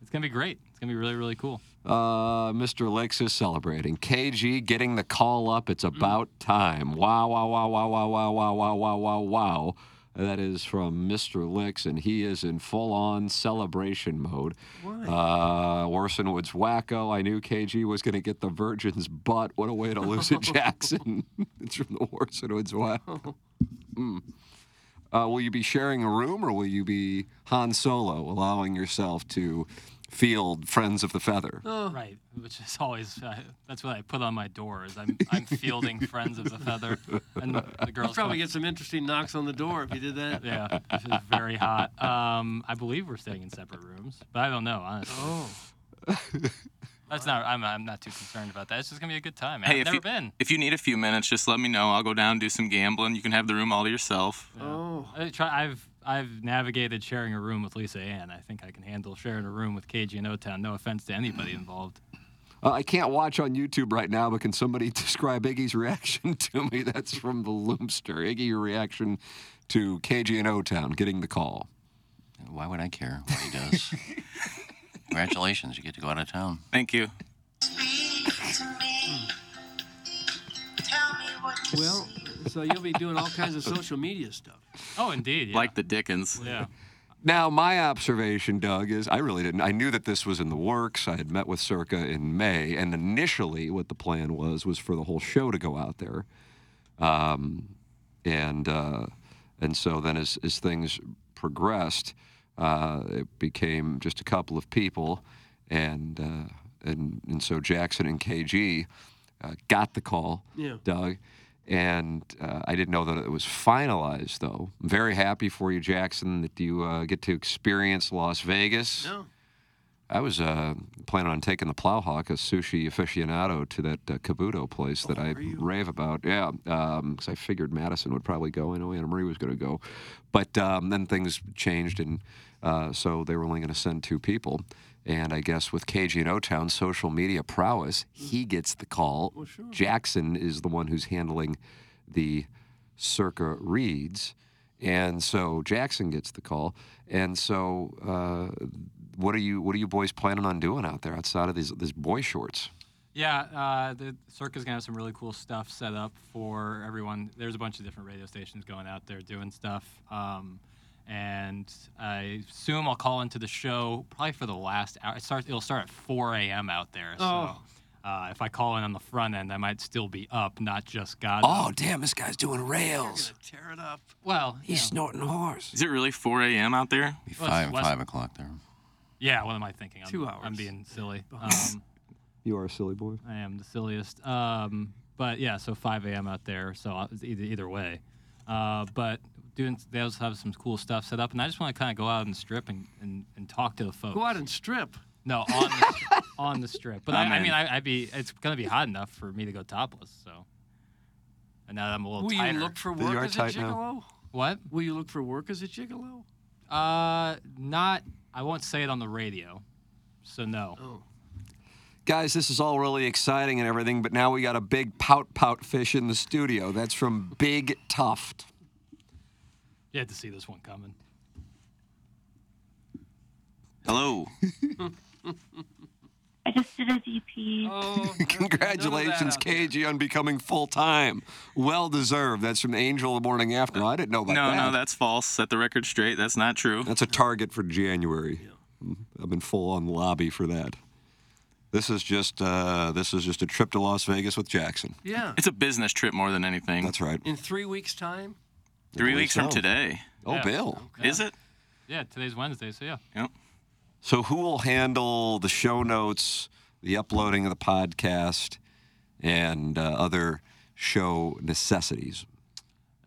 S7: it's gonna be great. It's gonna be really, really cool.
S3: Uh, Mr. Lakes is celebrating. KG getting the call up. It's about time. Wow, wow, wow, wow, wow, wow, wow, wow, wow, wow, wow. That is from Mr. Licks, and he is in full on celebration mode. Uh, Orson Woods Wacko. I knew KG was going to get the Virgin's butt. What a way to lose it, Jackson. it's from the Orson Woods Wacko. Mm. Uh, will you be sharing a room, or will you be Han Solo, allowing yourself to field friends of the feather?
S7: Right, which is always uh, that's what I put on my door. Is I'm, I'm fielding friends of the feather, and the, the girls
S4: Probably
S7: come-
S4: get some interesting knocks on the door if you did that.
S7: Yeah, this is very hot. Um, I believe we're staying in separate rooms, but I don't know honestly. Oh. That's not. I'm, I'm not too concerned about that. It's just gonna be a good time. I've
S5: if
S7: never
S5: you,
S7: been.
S5: If you need a few minutes, just let me know. I'll go down, do some gambling. You can have the room all to yourself.
S4: Oh,
S7: I try, I've I've navigated sharing a room with Lisa Ann. I think I can handle sharing a room with KG and O Town. No offense to anybody involved.
S3: Uh, I can't watch on YouTube right now, but can somebody describe Iggy's reaction to me? That's from the Loomster. Iggy, your reaction to KG and O Town getting the call.
S8: Why would I care what he does? Congratulations, you get to go out of town.
S5: Thank you.
S4: well, so you'll be doing all kinds of social media stuff.
S7: Oh, indeed. Yeah.
S5: Like the Dickens.
S7: yeah.
S3: Now, my observation, Doug, is I really didn't. I knew that this was in the works. I had met with Circa in May, and initially, what the plan was was for the whole show to go out there, um, and uh, and so then as as things progressed, uh, it became just a couple of people, and uh, and and so Jackson and KG uh, got the call,
S4: Yeah.
S3: Doug. And uh, I didn't know that it was finalized, though. I'm very happy for you, Jackson, that you uh, get to experience Las Vegas.
S4: No.
S3: I was uh, planning on taking the Plowhawk, a sushi aficionado, to that uh, Kabuto place that I rave about. Yeah, because I figured Madison would probably go. I know Anna Marie was going to go. But um, then things changed, and uh, so they were only going to send two people. And I guess with KG and O Town social media prowess, he gets the call. Jackson is the one who's handling the Circa reads. And so Jackson gets the call. And so, uh, what are you what are you boys planning on doing out there outside of these these boy shorts?
S7: Yeah, uh, the circa's gonna have some really cool stuff set up for everyone. There's a bunch of different radio stations going out there doing stuff, um, and I assume I'll call into the show probably for the last hour. It starts. It'll start at 4 a.m. out there. So
S4: Oh.
S7: uh, if I call in on the front end, I might still be up, not just God.
S3: Oh, damn, this guy's doing rails.
S4: Tear it up.
S7: well,
S3: He's snorting horse.
S5: Is it really 4 a.m. out there?
S8: Be
S7: Well, it's
S8: five
S7: less-
S8: five o'clock there.
S7: yeah. What am I thinking? I'm,
S4: Two
S7: I'm
S4: hours.
S7: being silly. Um,
S3: You are a silly boy.
S7: I am the silliest. Um, but yeah, so 5 a.m. out there. So I- it's either, either way. Uh, but doing they also have some cool stuff set up, and I just want to kind of go out and strip and, and, and talk to the folks.
S4: Go out and strip.
S7: no on the, on the strip. But I,
S5: I'm
S7: I mean,
S5: in.
S7: I, I'd be it's gonna be hot enough for me to go topless. So and now that I'm a little
S4: Will
S7: tighter.
S4: you look for
S3: You
S4: work
S3: are
S4: as a
S3: tight
S4: gigolo?
S3: now.
S7: what?
S4: Will you look for work as a gigolo?
S7: Uh, not. I won't say it on the radio. So no.
S4: Oh.
S3: Guys, this is all really exciting and everything, but now we got a big pout pout fish in the studio. That's from Big Tuft.
S7: You had to see this one coming.
S5: Hello.
S9: I just did a DP.
S4: Oh,
S3: Congratulations,
S4: Kate.
S3: KG, on becoming full time. Well deserved. That's from Angel the Morning After. I didn't know about
S5: no,
S3: that.
S5: no, that's false. Set the record straight. That's not true.
S3: That's a target for January. Mhm. I've been full on lobby for that. This is just uh, this is just a trip to Las Vegas with Jackson.
S4: Yeah.
S5: It's a business trip more than anything.
S3: That's right.
S4: In three weeks' time,
S5: Three
S3: I
S5: weeks
S3: believe
S5: from
S3: so.
S5: today.
S3: Oh,
S7: Yeah.
S3: Bill.
S5: Is it?
S7: Yeah, today's Wednesday, so yeah.
S5: Yep.
S3: So who will handle the show notes, the uploading of the podcast, and uh, other show necessities?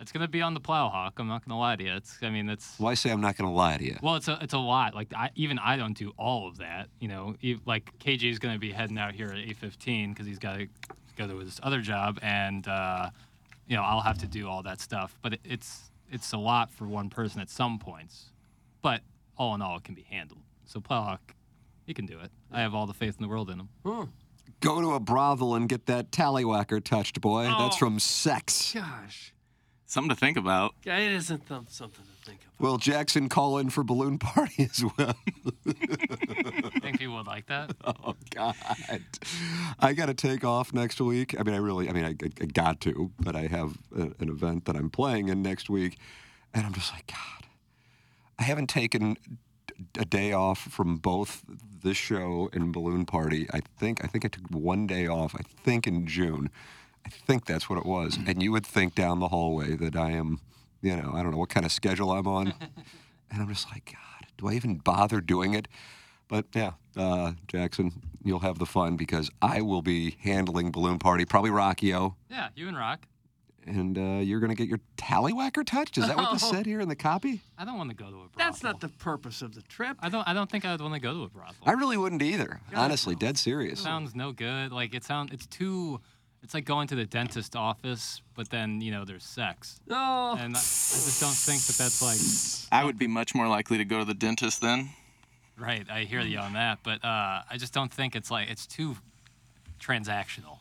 S7: It's gonna be on the Plowhawk. I'm not gonna lie to you. It's I mean it's
S3: Why say I'm not going to lie to you?
S7: well it's a it's a lot. Like I, even I don't do all of that. You know, E- like KJ's gonna be heading out here at 8:15 because he's got to go to his other job, and uh, you know I'll have to do all that stuff. But it, it's it's a lot for one person at some points. But all in all, it can be handled. So Plowhawk, he can do it. I have all the faith in the world in him.
S3: Go to a brothel and get that tallywhacker touched, boy.
S5: Oh.
S3: That's from Sex.
S4: gosh,
S5: Something to think about.
S4: yeah, it isn't th- something to think about.
S3: Will Jackson call in for balloon party as well?
S7: I think people would like that.
S3: Oh God, I got to take off next week. I mean, I really, I mean, I, I I got to, but I have a, an event that I'm playing in next week, and I'm just like, God, I haven't taken a day off from both this show and Balloon Party. I think, I think I took one day off. I think in June. I think that's what it was. And you would think down the hallway that I am, you know, I don't know what kind of schedule I'm on. And I'm just like, God, do I even bother doing it? But yeah, uh, Jackson, you'll have the fun because I will be handling Balloon Party, probably Rockio,
S7: Yeah, you and Rock.
S3: and uh, you're going to get your tallywhacker touched. Is that what
S4: Oh.
S3: this said here in the copy?
S7: I don't want to go to a brothel.
S4: That's not the purpose of the trip.
S7: I don't. I don't think I would want to go to a brothel.
S3: I really wouldn't either. Honestly, dead serious.
S7: sounds no good. Like it sounds, it's too. It's like going to the dentist office, but then you know there's sex,
S4: No.
S7: and I, I just don't think that that's like
S5: I would be much more likely to go to the dentist then.
S7: right. I hear you on that, but uh, I just don't think it's like it's too transactional.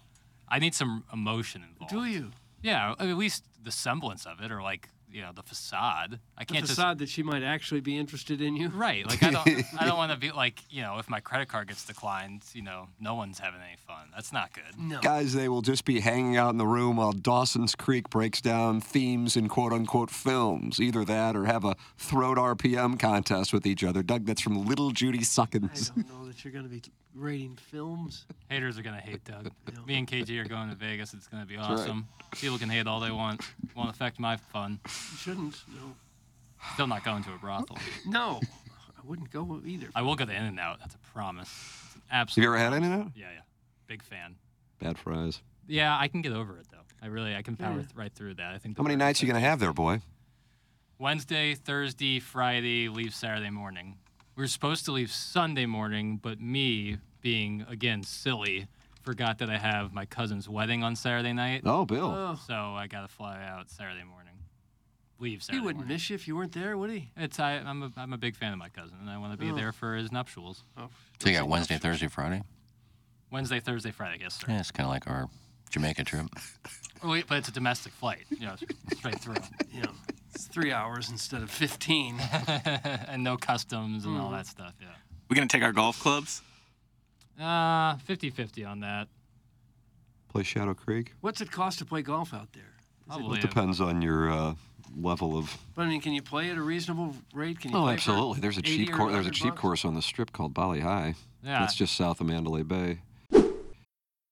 S7: I need some emotion involved.
S4: Do you?
S7: Yeah, at least the semblance of it, or like you know the facade. I
S4: The
S7: can't just
S4: facade that she might actually be interested in you.
S7: Right. Like I don't I don't want to be like, you know, if my credit card gets declined, you know, no one's having any fun. That's not good.
S4: No.
S3: Guys, they will just be hanging out in the room while Dawson's Creek breaks down themes in quote unquote films. Either that or have a throat RPM contest with each other. Doug, that's from Little Judy
S4: I
S3: Suckins.
S4: don't know that you're going to be rating films.
S7: Haters are gonna hate Doug. Me and KG are going to Vegas. It's gonna be awesome. People can hate all they want. Won't affect my fun.
S4: You shouldn't. No.
S7: Still not going to a brothel.
S4: No. I wouldn't go either.
S7: I will go to In and Out. That's a promise. It's an absolute.
S3: Have you ever had any of that?
S7: Yeah, yeah. Big fan.
S3: Bad fries.
S7: Yeah, I can get over it though. I really, I can power th- right through that. I think.
S3: How many nights you going to have there, boy?
S7: Wednesday, Thursday, Friday, leave Saturday morning. We were supposed to leave Sunday morning, but me, being again silly, forgot that I have my cousin's wedding on Saturday night.
S3: Oh, Bill.
S4: Uh.
S7: So I got to fly out Saturday morning. Leave Saturday
S4: he wouldn't
S7: morning.
S4: miss you if you weren't there, would he?
S7: It's I, I'm a I'm a big fan of my cousin, and I want to be there for his nuptials.
S4: Oh,
S8: So you got Wednesday, Thursday, Friday.
S7: Wednesday, Thursday, Friday, yes sir.
S8: Yeah, it's kind of like our Jamaica trip.
S7: Oh, wait, but it's a domestic flight, you know, straight through,
S4: Yeah. It's three hours instead of 15.
S7: and no customs and
S4: Hmm.
S7: all that stuff. Yeah.
S5: We're going to take our golf clubs.
S7: Uh, 50-50 on that.
S3: Play Shadow Creek?
S4: What's it cost to play golf out there?
S7: Oh.
S4: Is
S3: Well, it depends on your uh, level of.
S4: But I mean, can you play at a reasonable rate? Can you
S3: Oh,
S4: play for
S3: absolutely. There's a
S4: 80
S3: cheap
S4: or
S3: course. There's a
S4: 100
S3: cheap
S4: bucks?
S3: course on the strip called Bali High.
S4: Yeah.
S3: That's just south of Mandalay Bay.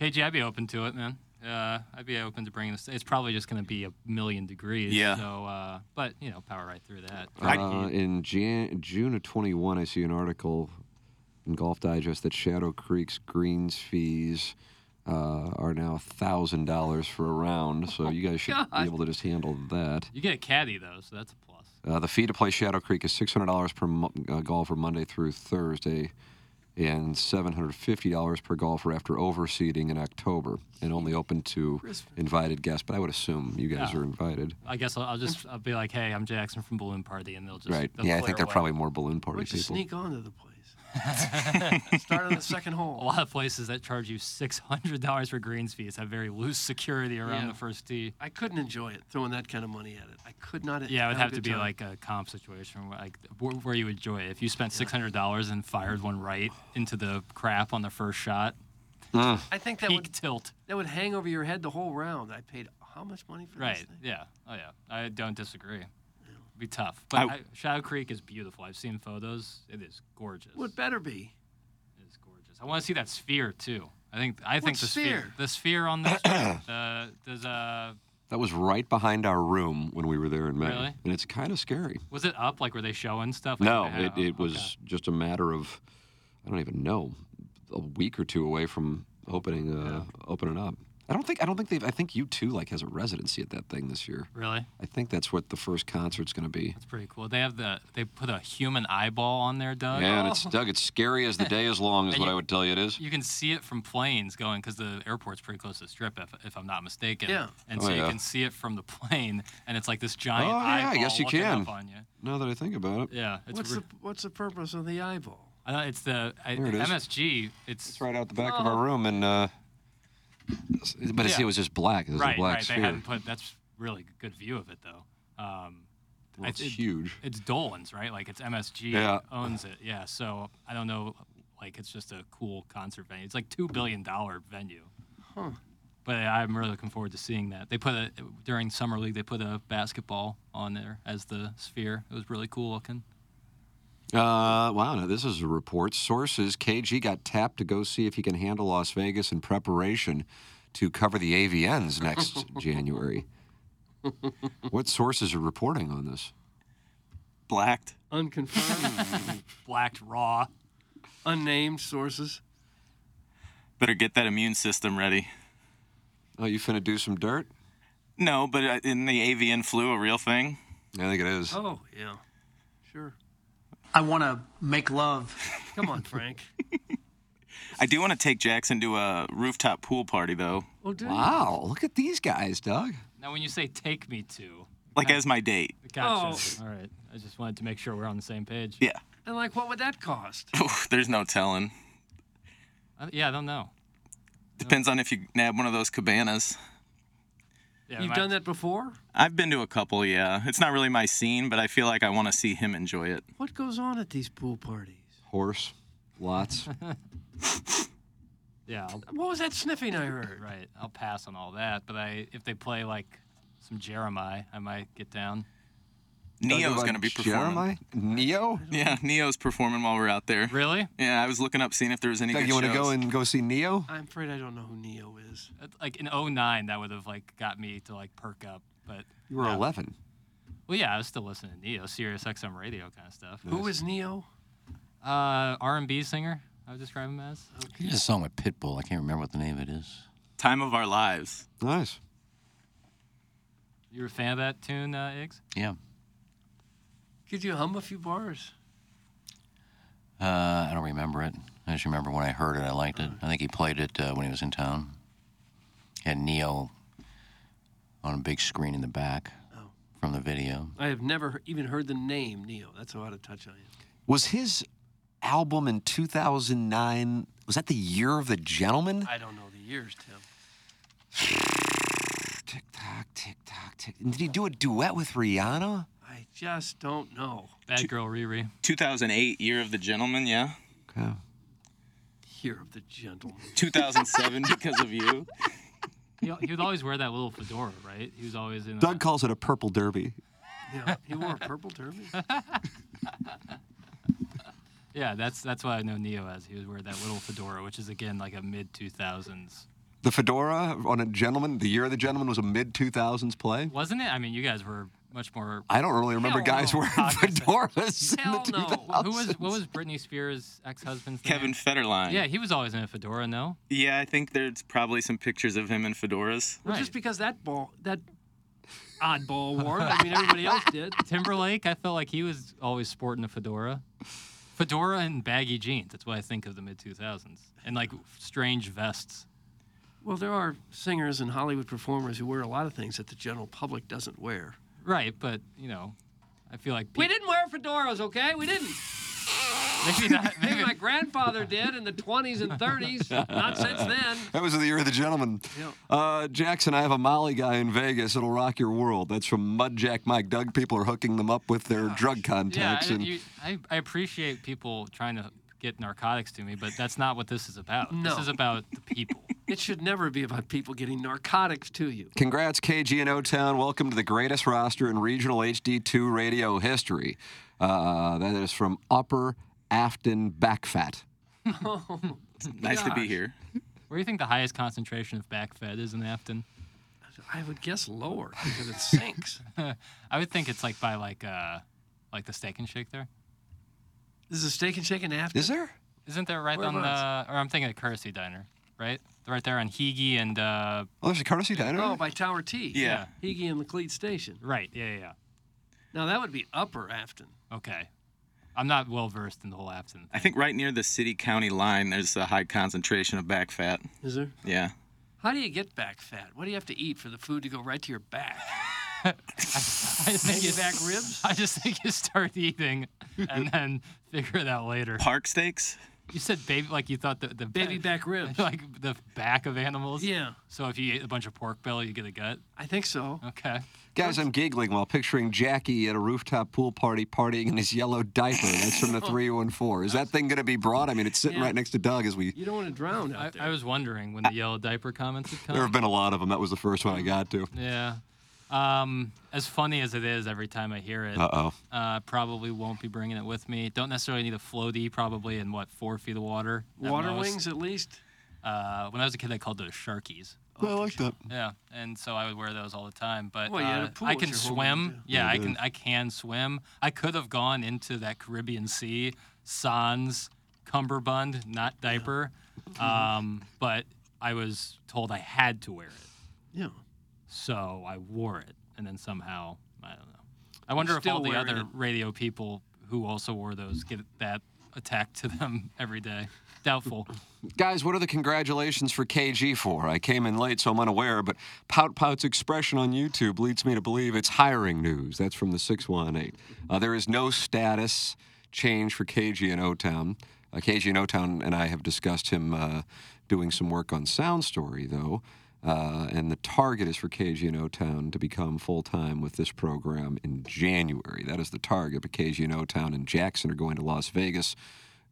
S7: KG, I'd be open to it, man. Uh, I'd be open to bringing this. It's probably just going to be a million degrees.
S3: Yeah.
S7: So, uh, but you know, power right through that.
S3: Uh, in Jan- June of 21, I see an article in Golf Digest that Shadow Creek's greens fees uh, are now thousand dollars for a round. So you guys should
S7: God.
S3: be able to just handle that.
S7: you get a caddy though, so that's a plus.
S3: Uh, the fee to play Shadow Creek is six hundred dollars per mo- uh, golfer Monday through Thursday, and seven hundred fifty dollars per golfer after overseeding in October, and only open to invited guests. But I would assume you guys
S7: Yeah.
S3: are invited,
S7: I guess I'll, I'll just I'll be like, hey, I'm Jackson from Balloon Party, and they'll just
S3: right?
S7: they'll
S3: yeah, I
S7: clear
S3: think they're
S7: away.
S3: probably more balloon party
S4: Why don't you
S3: people.
S4: sneak onto the place? Start on the second hole.
S7: A lot of places that charge you six hundred dollars for greens fees have very loose security around
S4: Yeah.
S7: the first tee.
S4: I couldn't enjoy it throwing that kind of money at it. I could not.
S7: Yeah, it would
S4: a
S7: have to
S4: good
S7: be
S4: time.
S7: like a comp situation, where, like where, where you enjoy it. If you spent six hundred dollars and fired one right into the crap on the first shot,
S4: I think that
S7: peak
S4: would
S7: tilt.
S4: That would hang over your head the whole round. I paid how much money for this?
S7: Right.
S4: thing?
S7: Yeah. Oh yeah. I don't disagree. Be tough, but
S4: I-
S7: I, Shadow Creek is beautiful. I've seen photos. It is gorgeous.
S4: Would better be.
S7: I want to see that sphere too. I think. I
S4: What
S7: think the sphere?
S4: sphere?
S7: The sphere on the. uh, does uh.
S3: That was right behind our room when we were there in May,
S7: Really?
S3: and it's kind of scary.
S7: Was it up? Like were they showing stuff? Like,
S3: No,
S7: how-
S3: it, it was just a matter of I don't even know a week or two away from opening uh, opening up. I don't think I don't think they've I think you too like has a residency at that thing this year.
S7: Really?
S3: I think that's what the first concert's going to be.
S7: It's pretty cool. They have the. They put a human eyeball on there, Doug.
S3: Yeah, and
S4: Oh.
S3: it's Doug. It's scary as the day is long, is
S7: And
S3: what
S7: you-
S3: I would tell you it is.
S7: You can see it from planes going because the airport's pretty close to the strip, if, if I'm not mistaken.
S3: Yeah.
S7: And
S3: Oh,
S7: so you
S3: yeah.
S7: can see it from the plane, and it's like this giant
S3: oh yeah,
S7: eyeball
S3: I guess you
S7: looking
S3: can.
S7: up on you.
S3: Now that I think about it.
S7: Yeah, it's
S4: what's
S7: re-
S4: the what's the purpose of the eyeball?
S7: I know it's the I,
S3: There it is.
S7: MSG. It's,
S3: right out the back of our room, and uh, but it's,
S7: Oh. Yeah.
S3: it was just black. It was
S7: right,
S3: a black
S7: right.
S3: sphere.
S7: They hadn't put. That's really good view of it though. Um,
S3: Well,
S7: I-
S3: it's
S7: it-
S3: huge.
S7: It's Dolan's, right? Like it's MSG
S3: Yeah.
S7: owns it. Yeah. So I don't know. Like it's just a cool concert venue. It's like two billion dollar venue.
S4: Huh.
S7: But I'm really looking forward to seeing that. They put a during summer league. They put a basketball on there as the sphere. It was really cool looking.
S3: Uh, wow, now this is a report. Sources KG got tapped to go see if he can handle Las Vegas in preparation to cover the AVNs next January. What sources are reporting on this?
S5: Blacked.
S4: Unconfirmed.
S7: Blacked raw.
S4: Unnamed sources.
S5: Better get that immune system ready.
S3: Oh, you finna do some dirt?
S5: No, but uh, isn't the avian flu a real thing?
S3: I think it is.
S4: Oh yeah, sure.
S10: I want to make love.
S4: Come on, Frank.
S5: I do want to take Jackson to a rooftop pool party though.
S4: Oh, do you?
S3: Wow, look at these guys, Doug.
S7: Now when you say take me to,
S5: Like as my date.
S4: Oh.
S7: gotcha. All right. I just wanted to make sure we're on the same page.
S5: Yeah.
S4: And like, what would that cost?
S5: There's no telling.
S7: Uh, yeah, I don't know.
S5: Depends on if you nab one of those cabanas.
S7: Yeah, we
S4: You've
S7: might-
S4: done that before.
S5: I've been to a couple, yeah. It's not really my scene, but I feel like I want to see him enjoy it.
S4: What goes on at these pool parties?
S3: Horse, lots.
S7: Yeah. I'll-
S4: What was that sniffing I heard?
S7: Right. I'll pass on all that, but I if they play like some Jeremiah, I might get down.
S5: Neo's going to be performing.
S3: Neo?
S5: Yeah, Neo's performing while we're out there.
S7: Really?
S5: Yeah, I was looking up seeing if there was any
S3: Doug,
S5: good
S3: you want to
S5: shows.
S3: go and go see Neo?
S4: I'm afraid I don't know who Neo is.
S7: Uh, Like in 09 that would have like got me to like perk up, but
S3: You were 11.
S7: well yeah, I was still listening to Neo, Sirius XM radio kind of stuff.
S4: Who is Neo?
S7: Uh R&B singer, I would describe him as.
S8: He did a song with Pitbull. I can't remember what the name of it is.
S5: Time of Our Lives.
S3: Nice.
S7: You were a fan of that tune, uh, Iggs?
S8: Yeah.
S4: Could you hum a few bars?
S8: Uh, I don't remember it. I I just remember when I heard it, I liked it. I think he played it uh, when he was in town. Had Neo on a big screen in the back from the video.
S4: Oh. I have never even heard the name Neo. That's how out of touch I am.
S3: Was his album in 2009? Was that the year of the gentleman?
S4: I don't know the years, Tim.
S3: Tick tock, tick tock, tick. And Did he do a duet with Rihanna?
S4: I just don't know.
S7: Bad Girl Riri.
S5: 2008, Year of the Gentleman, yeah.
S3: Okay.
S4: Year of the Gentleman.
S5: 2007, Because of You.
S7: He, he would always wear that little fedora, right? He was always in. uh,
S3: Doug calls it a purple derby.
S4: Yeah, he wore a purple derby.
S7: yeah, that's that's what I know Neo as. He was wearing that little fedora, which is again like a mid two thousands.
S3: The fedora on a gentleman. The year of the gentleman was a mid 2000s play.
S7: Wasn't it? I mean, you guys were much more.
S3: I don't really remember
S7: Hell
S3: guys
S7: no.
S3: wearing fedoras. in the
S7: Hell no. Who was
S3: 2000s.
S7: what was Britney Spears' ex husband's name?
S5: Kevin Federline.
S7: Yeah, he was always in a fedora. No.
S5: Yeah, I think there's probably some pictures of him in fedoras.
S4: Well, just because that ball, that oddball wore it. I mean, everybody else did.
S7: Timberlake, I felt like he was always sporting a fedora. Fedora and baggy jeans. That's what I think of the mid 2000s. And like strange vests.
S4: Well, there are singers and Hollywood performers who wear a lot of things that the general public doesn't wear.
S7: Right, but you know, I feel like
S4: We didn't wear fedoras, okay? We didn't.
S7: maybe not.
S4: Maybe my grandfather did in the 20s and 30s. Not since then.
S3: That was the year of the gentleman. Uh, Jackson, I have a Molly guy in Vegas. It'll rock your world. That's from Mud Jack Mike. Doug, people are hooking them up with their drug
S7: Yeah,
S3: contacts.
S7: I,
S3: and
S7: you, I, I appreciate people trying to get narcotics to me, but that's not what this is about.
S4: No.
S7: This is about the people.
S4: It should never be about people getting narcotics to you.
S3: Congrats, KG and O Town. Welcome to the greatest roster in regional HD2 radio history. Uh, that is from Upper Afton Backfat.
S4: Oh,
S5: Nice to be
S4: gosh.
S5: here.
S7: Where do you think the highest concentration of backfed is in Afton?
S4: I would guess lower because it sinks.
S7: I would think it's like by like uh like the steak and shake there.
S4: This is a steak and shake in Afton.
S3: Is there?
S7: Isn't there right on the or I'm thinking of Courtesy Diner, right? Right there on Higi and uh
S3: Oh, there's a courtesy diner?
S4: Oh, by Tower T.
S7: Yeah.
S4: Higgy and Laclede Station.
S7: Right, yeah, yeah,
S4: Now that would be Upper Afton.
S7: yeah. Okay. I'm not well versed in the whole Afton.
S5: I think right near the city county line, there's a high concentration of back fat.
S4: Is there?
S5: Yeah.
S4: How do you get back fat? What do you have to eat for the food to go right to your back?
S7: I think
S4: Maybe
S7: you
S4: back ribs?
S7: I just think you start eating and then figure it out later.
S5: Park steaks?
S7: You said baby like you thought the, the
S4: Baby back ribs.
S7: like the back of animals.
S4: Yeah.
S7: So if you eat a bunch of pork belly, you get a gut.
S4: I think so.
S7: Okay.
S3: Guys, I'm giggling while picturing Jackie at a rooftop pool party partying in his yellow diaper. That's from the 314. Is that thing going to be brought? I mean, it's sitting
S7: Yeah.
S3: right next to Doug as we.
S4: You don't want to drown out
S7: I,
S4: there.
S7: I was wondering when the yellow diaper comments had come.
S3: There have been a lot of them. That was the first one I got to.
S7: Yeah. Um, as funny as it is every time I hear it,
S3: Uh-oh.
S7: uh, probably won't be bringing it with me. Don't necessarily need a floaty, probably in what, four feet of water? at
S4: Water
S7: most.
S4: wings at least.
S7: Uh, when I was a kid, they called those sharkies.
S4: Oh,
S3: I like that.
S7: Yeah, and so I would wear those all the time. But
S4: Well, you had a
S7: uh,
S4: pool
S7: I
S4: at
S7: can
S4: your home,
S7: swim.
S4: didn't you?
S7: Yeah,
S4: You
S7: I can. I can swim. I could have gone into that Caribbean Sea, sans cummerbund, not diaper.
S4: Mm-hmm.
S7: Um, but I was told I had to wear it,
S4: Yeah.
S7: so I wore it, and then somehow I don't know. I wonder if
S4: still
S7: all the
S4: wearing
S7: other
S4: it.
S7: radio people who also wore those get that attacked to them every day. Doubtful.
S3: Guys, what are the congratulations for KG for? I came in late, so I'm unaware, but Pout Pout's expression on YouTube leads me to believe it's hiring news. That's from the 618. Uh, there is no status change for KG and O Town. Uh, KG and O Town and I have discussed him uh, doing some work on Sound Story, though. Uh, and the target is for KG and O Town to become full time with this program in January. That is the target. But KG and O Town and Jackson are going to Las Vegas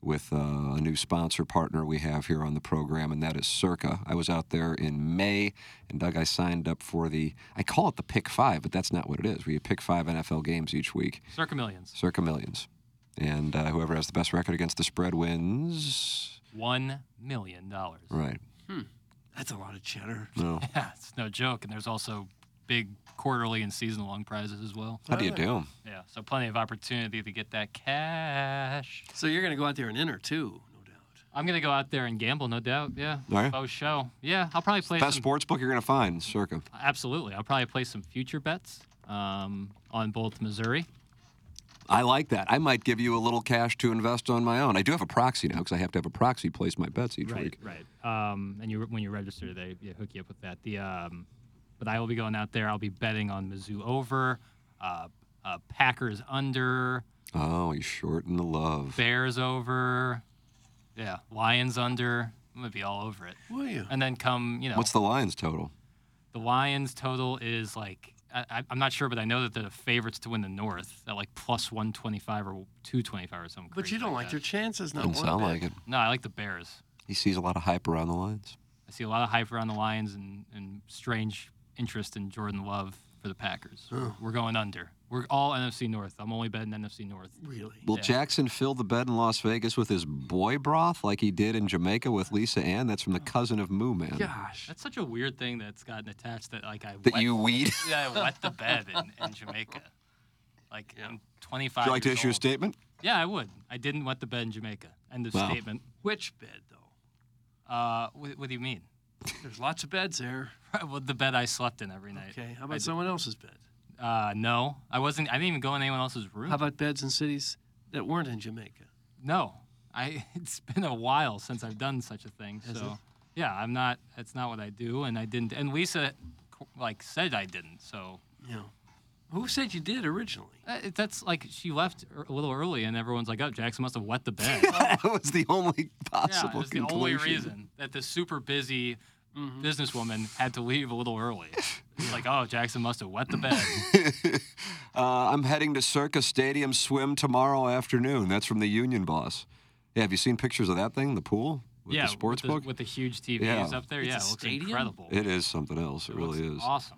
S3: with uh, a new sponsor partner we have here on the program, and that is Circa. I was out there in May, and Doug, I signed up for the, I call it the Pick Five, but that's not what it is. We pick five NFL games each week,
S7: Circa millions.
S3: Circa Millions. And uh, whoever has the best record against the spread wins.
S7: One million dollars.
S3: Right.
S4: That's a lot of cheddar.
S3: No.
S7: Yeah, it's no joke. And there's also big quarterly and season long prizes as well.
S3: How do you do?
S7: Yeah, so plenty of opportunity to get that cash.
S4: So you're going to go out there and enter too.
S7: I'm going to go out there and gamble, no doubt. Yeah.
S3: All right.
S7: Oh, show. Yeah, I'll probably play
S3: Best
S7: some.
S3: sports book you're going to find, Circa.
S7: Absolutely. I'll probably play some future bets um, on both Missouri
S3: I like that. I might give you a little cash to invest on my own. I do have a proxy now because I have to have a proxy place my bets each
S7: right,
S3: week.
S7: right. Um, and you when you register, they yeah, hook you up with that. The um, but I will be going out there. I'll be betting on Mizzou over, uh, uh, Packers under,
S3: Oh, you shorten the love.
S7: Bears over, yeah, Lions under. I'm gonna be all over it.
S4: Will you?
S7: And then come, you know,
S3: What's the Lions total?
S7: the Lions total is like I, I- I'm not sure, but I know that they're the favorites to win the North at like plus 125 or 225 or something.
S4: But you
S7: crazy
S4: don't like
S7: that.
S4: their chances, not
S3: Doesn't
S4: one
S3: sound
S4: bit.
S3: like it.
S7: No, I like the Bears.
S3: He sees a lot of hype around the Lions.
S7: I see a lot of hype around the Lions and, and strange interest in Jordan Love for the Packers.
S3: Huh.
S7: We're going under. We're all NFC North. I'm only betting NFC North.
S4: Really?
S3: Will Jackson fill the bed in Las Vegas with his boy broth like he did in Jamaica with Lisa Ann? That's from the cousin of Moo Man.
S7: Gosh, that's such a weird thing that's gotten attached. That like I
S3: That
S7: wet-
S3: you weed?
S7: Yeah, I wet the bed in, in Jamaica. Like I'm
S3: Would
S7: 25.
S3: you like to
S7: years
S3: issue a
S7: old.
S3: statement?
S7: Yeah, I would. I didn't wet the bed in Jamaica. End of
S3: Wow.
S7: statement.
S4: Which bed, though?
S7: Uh, what, what do you mean?
S4: There's lots of beds there.
S7: well, the bed I slept in every night.
S4: Okay. How
S7: I
S4: about
S7: did-
S4: someone else's bed?
S7: Uh, no, I wasn't. I didn't even go in anyone else's room.
S4: How about beds in cities that weren't in Jamaica?
S7: No, I. It's been a while since I've done such a thing.
S4: Has
S7: so,
S4: it?
S7: yeah, I'm not. That's not what I do, and I didn't. And Lisa, like, said I didn't. So
S4: Yeah. Who said you did originally?
S7: uh, it- that's like she left ear- a little early, and everyone's like, "Oh, Jackson must have wet the bed."
S3: that was the only
S7: Oh. yeah,
S3: possible
S7: that's the
S3: conclusion. Mm-hmm.
S7: only reason that the super busy businesswoman had to leave a little early. It's like, oh, Jackson must have wet the bed.
S3: Uh, I'm heading to Circus Stadium swim tomorrow afternoon. That's from the Union Boss. Yeah, have you seen pictures of that thing? The pool with
S7: yeah,
S3: the sports
S7: with the,
S3: book.
S7: with the huge TVs
S3: Yeah.
S7: up there.
S4: It's a
S7: yeah, it looks
S4: stadium?
S7: incredible.
S3: It is something else. It, really
S7: looks
S3: is.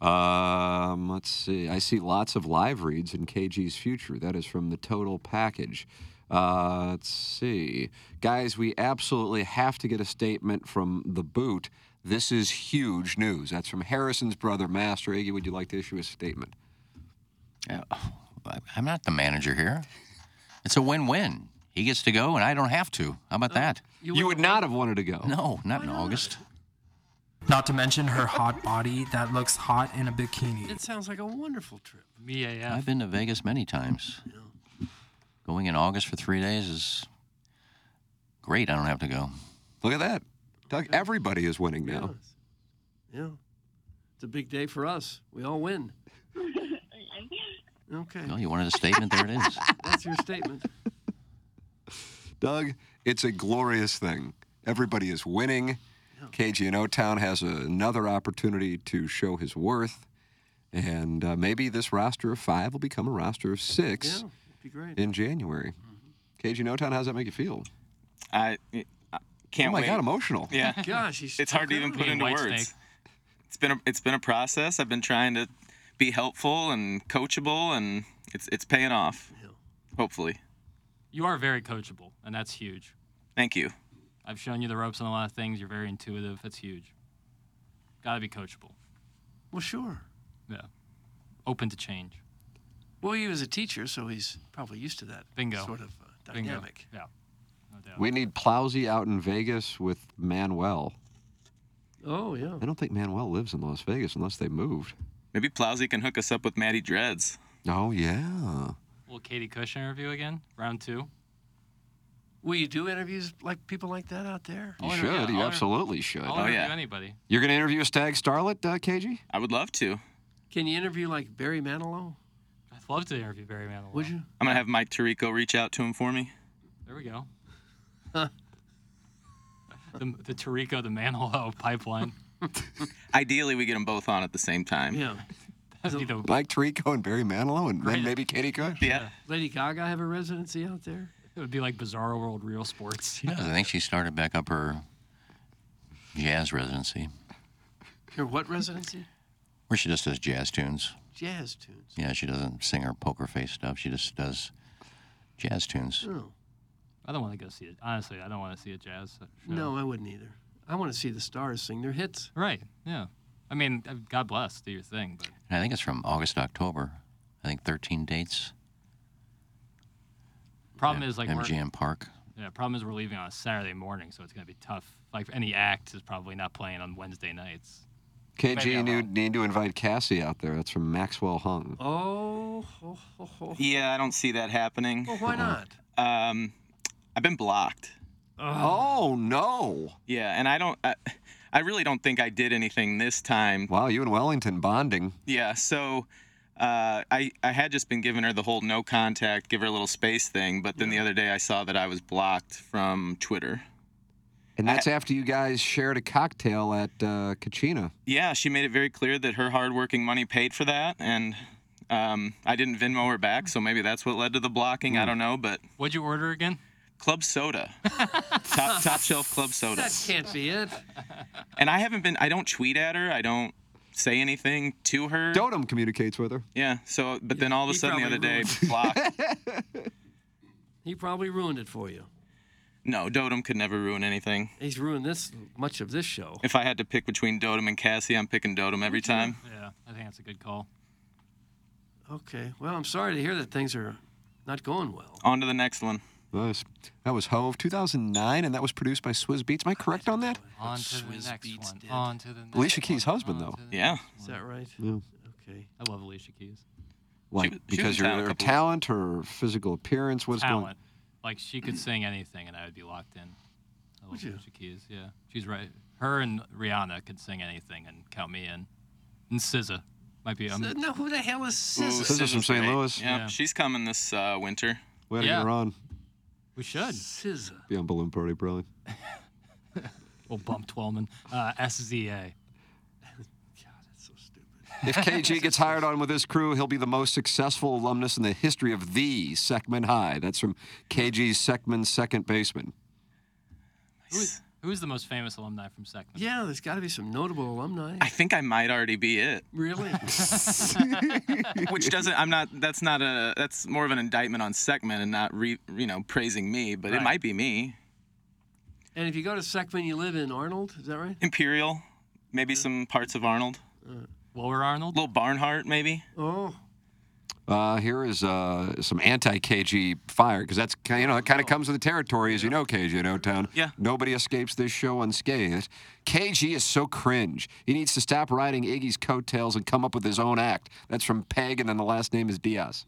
S7: awesome.
S3: Um, let's see. I see lots of live reads in KG's future. That is from the total package. Uh, let's see. Guys, we absolutely have to get a statement from the boot. This is huge news. That's from Harrison's brother, Master. Iggy, would you like to issue a statement?
S8: Yeah, I- I'm not the manager here. It's a win-win. He gets to go, and I don't have to. How
S4: Oh.
S8: about that?
S3: You, would not have wanted to go.
S8: No, not in August.
S11: Not to mention her hot body that looks hot in a bikini.
S4: It sounds like a wonderful trip.
S7: Me AF.
S8: I've been to Vegas many times. Going in August for three days is great. I don't have to go.
S3: Look at that. Doug, everybody is winning now.
S4: Yeah. It's a big day for us. We all win. Okay.
S8: Well, you wanted a statement. There it is.
S4: That's your statement.
S3: Doug, it's a glorious thing. Everybody is winning. KG and O Town has a- another opportunity to show his worth. And uh, maybe this roster of five will become a roster of six
S4: Yeah, Oh, it'd be great.
S3: in January. KG and O Town, how does that make you feel?
S5: I, I can't
S3: oh my
S5: wait.
S3: God, emotional.
S5: Yeah.
S4: Gosh, he's
S5: it's hard to even put
S7: Being
S5: into
S7: White
S5: words.
S7: Snake.
S5: It's been a, it's been a process. I've been trying to be helpful and coachable, and it's it's paying off. Hopefully,
S7: You are very coachable, and that's huge.
S5: thank you.
S7: I've shown you the ropes on a lot of things. You're very intuitive. That's huge. Got to be coachable.
S4: Well, sure.
S7: Yeah. Open to change.
S4: Well, he was a teacher, so he's probably used to that
S7: Bingo.
S4: sort of uh,
S7: Bingo.
S4: dynamic.
S7: Yeah. No doubt.
S3: We need Plowsy out in Vegas with Manuel.
S4: Oh, yeah.
S3: I don't think Manuel lives in Las Vegas unless they moved.
S5: Maybe Plowsy can hook us up with Maddie Dreads.
S3: Oh, yeah.
S7: Little Katie Kushner interview again, round two.
S4: Will you do interviews like people like that out there?
S3: You
S7: I'll
S3: should.
S7: interview-
S3: you
S7: I'll-
S3: absolutely should.
S4: Oh,
S7: I'll interview
S5: yeah.
S7: anybody.
S3: You're going to interview a stag starlet, uh, KG?
S5: I would love to.
S4: Can you interview like Barry Manilow?
S7: I'd love to interview Barry Manilow.
S4: Would you?
S5: I'm gonna have Mike Tirico reach out to him for me.
S7: There we go. the, the Tarico, the Manilow pipeline.
S5: Ideally, we get them both on at the same time.
S4: Yeah.
S7: That'd be the
S3: Mike Tirico and Barry Manilow and then maybe Katie Cook?
S5: Yeah.
S4: Lady Gaga have a residency out there?
S7: It would be like Bizarro World Real Sports.
S8: She does. I think she started back up her jazz residency,
S4: Or what residency?
S8: where she just does jazz tunes.
S4: Jazz tunes.
S8: Yeah, she doesn't sing her poker face stuff. She just does jazz tunes.
S4: Oh.
S7: I don't want to go see it. Honestly, I don't want to see a jazz show.
S4: No, I wouldn't either. I want to see the stars sing their hits.
S7: Right. Yeah. I mean, uh, God bless. Do your thing. But
S8: And I think it's from August to October. I think 13 dates.
S7: problem
S8: at
S7: is like we're,
S8: MGM Park.
S7: yeah. Problem is we're leaving on a Saturday morning, so it's gonna be tough. Like any act is probably not playing on Wednesday nights.
S3: KG need, need to invite Cassie out there. That's from Maxwell Hung.
S4: Oh, ho, ho, ho.
S5: Yeah, I don't see that happening.
S4: Well, why not?
S5: Um, I've been blocked.
S3: Oh no.
S5: Yeah, and I don't. I, I really don't think I did anything this time.
S3: Wow, you and Wellington bonding.
S5: Yeah, so uh, I I had just been giving her the whole no contact, give her a little space thing, but then the other day I saw that I was blocked from Twitter.
S3: And that's after you guys shared a cocktail at uh, Kachina.
S5: Yeah, she made it very clear that her hardworking money paid for that, and um, I didn't Venmo her back, so maybe that's what led to the blocking.
S4: Hmm.
S5: I don't know, but
S7: What'd you order again?
S5: club soda, top top shelf club soda.
S4: That can't be it.
S5: And I haven't been. I don't tweet at her. I don't say anything to her.
S3: Dotem communicates with her.
S5: Yeah. So, but then all of a
S4: He
S5: sudden the other
S4: probably
S5: day, blocked.
S4: He probably ruined it for you.
S5: No, Dotem could never ruin anything.
S4: He's ruined this much of this show.
S5: If I had to pick between Dotem and Cassie, I'm picking Dotem every time.
S7: Yeah, I think that's a good call.
S4: Okay. Well, I'm sorry to hear that things are not going well.
S5: On to the next one.
S3: Nice. That was Hove 2009, and that was produced by Swizz Beats. Am I correct on that?
S7: On to the next one. On to the next.
S3: Alicia Keys' husband, though.
S5: Yeah.
S4: Is that right?
S3: Yeah.
S4: Okay.
S7: I love Alicia Keys.
S3: Like,
S7: She- she
S3: because
S7: was in
S3: your
S7: town a
S3: her
S7: couple-
S3: talent, her physical appearance, what's going
S7: Talent. Like she could sing anything, and I would be locked in. I love
S4: you?
S7: Alicia Keys. Yeah, she's right. Her and Rihanna could sing anything and count me in. And SZA might be.
S4: So,
S7: Um,
S4: no, who the hell is
S5: Ooh,
S4: SZA?
S3: SZA's from St.
S5: great.
S3: Louis.
S5: Yeah,
S7: Yeah.
S5: she's coming this uh, winter.
S3: Way to get
S7: Yeah.
S3: her on.
S7: we should.
S4: SZA.
S3: Be on Balloon Party, probably.
S7: Old Bump Twelman. Uh, SZA.
S3: If KG gets hired on with his crew, he'll be the most successful alumnus in the history of the Sekman High. That's from KG's Sekman second baseman.
S7: Who is, who is the most famous alumni from Second?
S4: Yeah, there's got to be some notable alumni.
S5: I think I might already be it,
S4: Really?
S5: which doesn't. I'm not. That's not a. That's more of an indictment on Sekman and not re, you know praising me, but it
S7: Right.
S5: might be me.
S4: and if you go to Sekman, you live in Arnold. Is that right?
S5: Imperial, maybe some parts of Arnold.
S7: Lower Arnold.
S5: Little Barnhart, maybe.
S4: Oh.
S3: Uh, here is uh, some anti-KG fire because that's ki- you know it kind of comes with the territory, as you know, KG in O Town.
S5: Yeah.
S3: Nobody escapes this show unscathed. KG is so cringe. He needs to stop riding Iggy's coattails and come up with his own act. That's from Peg, and then the last name is Diaz.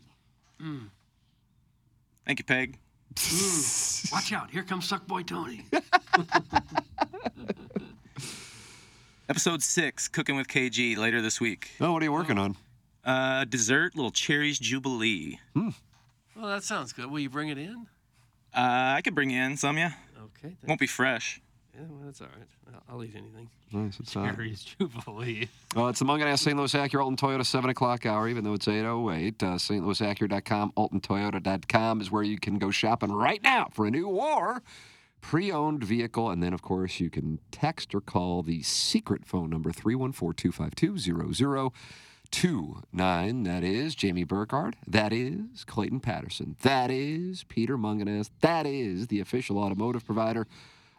S5: Thank you, Peg.
S4: mm. Watch out. Here comes Suckboy Tony.
S5: Episode six, cooking with KG later this week.
S3: Oh, what are you working on?
S5: Uh, dessert, little cherries jubilee.
S4: well, that sounds good. Will you bring it in?
S5: Uh, I could bring in some, yeah.
S4: Okay. thank-
S5: Won't be fresh.
S4: Yeah, well, that's all right. I'll, I'll eat anything.
S3: Nice. It's, uh,
S7: Harry's Jubilee.
S3: Well, it's the Mungan St. Louis Acura Alton Toyota 7 o'clock hour, even though it's 8.08. Uh, stlouisacura.com, altontoyota.com is where you can go shopping right now for a new or pre-owned vehicle. And then, of course, you can text or call the secret phone number, 314-252-0029. That is Jamie Burkhardt. That is Clayton Patterson. That is Peter Munganess. That is the official automotive provider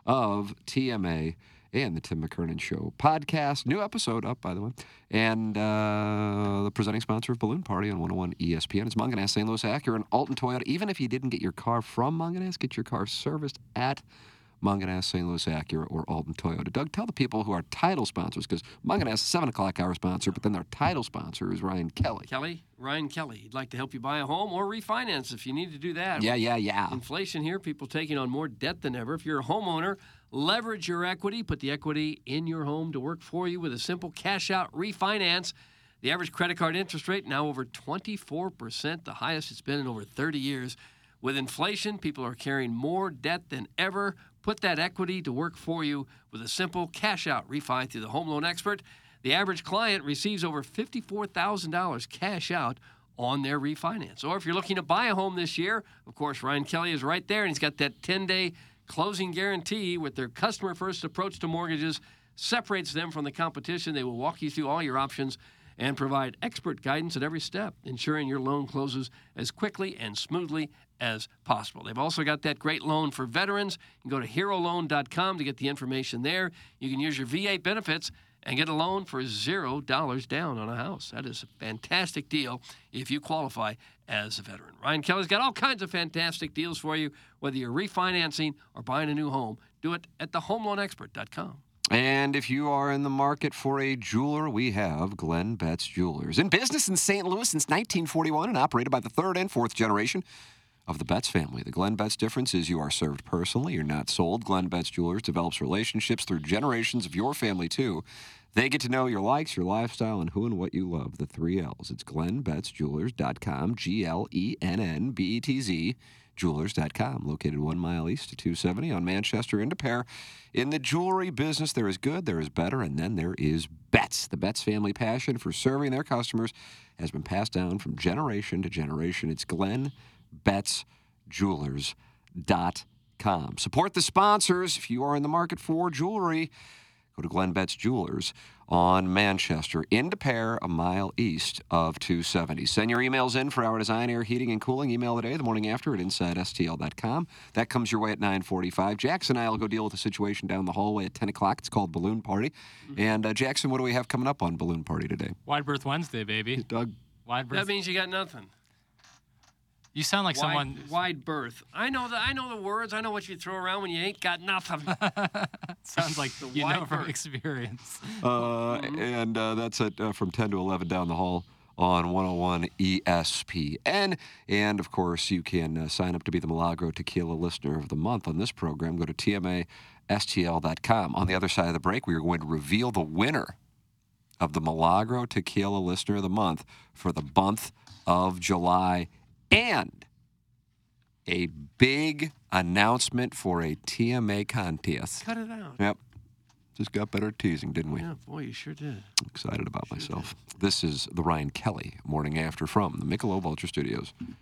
S3: of TMA and the Tim McKernan Show podcast. New episode up, by the way. And uh, the presenting sponsor of Balloon Party on 101 ESPN is Munganass St. Louis Acura and Alton Toyota. Even if you didn't get your car from Munganass, get your car serviced at Munganass St. Louis Acura or Alton Toyota. Doug, tell the people who are title sponsors, because Munganass is 7 o'clock hour sponsor, but then their title sponsor is Ryan Kelly.
S4: Kelly, Ryan Kelly, he'd like to help you buy a home or refinance if you need to do that.
S3: Yeah, yeah, yeah.
S4: Inflation here, people taking on more debt than ever. If you're a homeowner, leverage your equity, put the equity in your home to work for you with a simple cash out refinance. The average credit card interest rate now over 24%, the highest it's been in over 30 years. With inflation, people are carrying more debt than ever. Put that equity to work for you with a simple cash out refi through the home loan expert. The average client receives over $54,000 cash out on their refinance. Or if you're looking to buy a home this year, of course, Ryan Kelly is right there, and he's got that 10 day closing guarantee with their customer first approach to mortgages, separates them from the competition. They will walk you through all your options and provide expert guidance at every step, ensuring your loan closes as quickly and smoothly as possible. They've also got that great loan for veterans. You can go to heroloan.com to get the information there. You can use your VA benefits and get a loan for zero dollars down on a house. That is a fantastic deal if you qualify as a veteran. Ryan Kelly's got all kinds of fantastic deals for you, whether you're refinancing or buying a new home. Do it at thehomeloanexpert.com.
S3: And if you are in the market for a jeweler, we have Glenn Betts Jewelers. In business in St. Louis since 1941 and operated by the third and fourth generation of the Betts family. The Glenn Betts difference is you are served personally, you're not sold. Glenn Betts Jewelers develops relationships through generations of your family, too. They get to know your likes, your lifestyle, and who and what you love, the three L's. It's glennbettsjewelers.com, G L E N N B E T Z, jewelers.com, located one mile east of 270 on Manchester in De Pere. In the jewelry business, there is good, there is better, and then there is Betts. The Betts family passion for serving their customers has been passed down from generation to generation. It's Glenn Betts jewelers.com. Support the sponsors if you are in the market for jewelry. Go to Glenn Betts Jewelers on Manchester, in De Pere, a mile east of 270. Send your emails in for our design, air, heating, and cooling. Email today, the morning after, at InsideSTL.com. That comes your way at 945. Jackson and I will go deal with a situation down the hallway at 10 o'clock. It's called Balloon Party. And uh, Jackson, what do we have coming up on Balloon Party today?
S7: Wide Berth Wednesday, baby.
S3: Doug.
S7: Wide Berth.
S4: That means you got nothing.
S7: You sound like
S4: wide,
S7: someone.
S4: wide berth. I know the I know the words. I know what you throw around when you ain't got nothing.
S7: Sounds like
S4: The
S7: you know
S4: wide
S7: from
S4: berth.
S7: experience.
S3: Uh, and uh, that's at, uh, from 10 to 11 down the hall on 101 ESPN. E And of course, you can uh, sign up to be the Milagro Tequila Listener of the Month on this program. Go to TMASTL.com. On the other side of the break, we are going to reveal the winner of the Milagro Tequila Listener of the Month for the month of July and a big announcement for a TMA contest.
S4: Cut it out.
S3: Yep. Just got better at teasing, didn't we?
S4: Yeah, boy, you sure did.
S3: excited about myself. This is the Ryan Kelly Morning After from the Michelob Ultra Studios.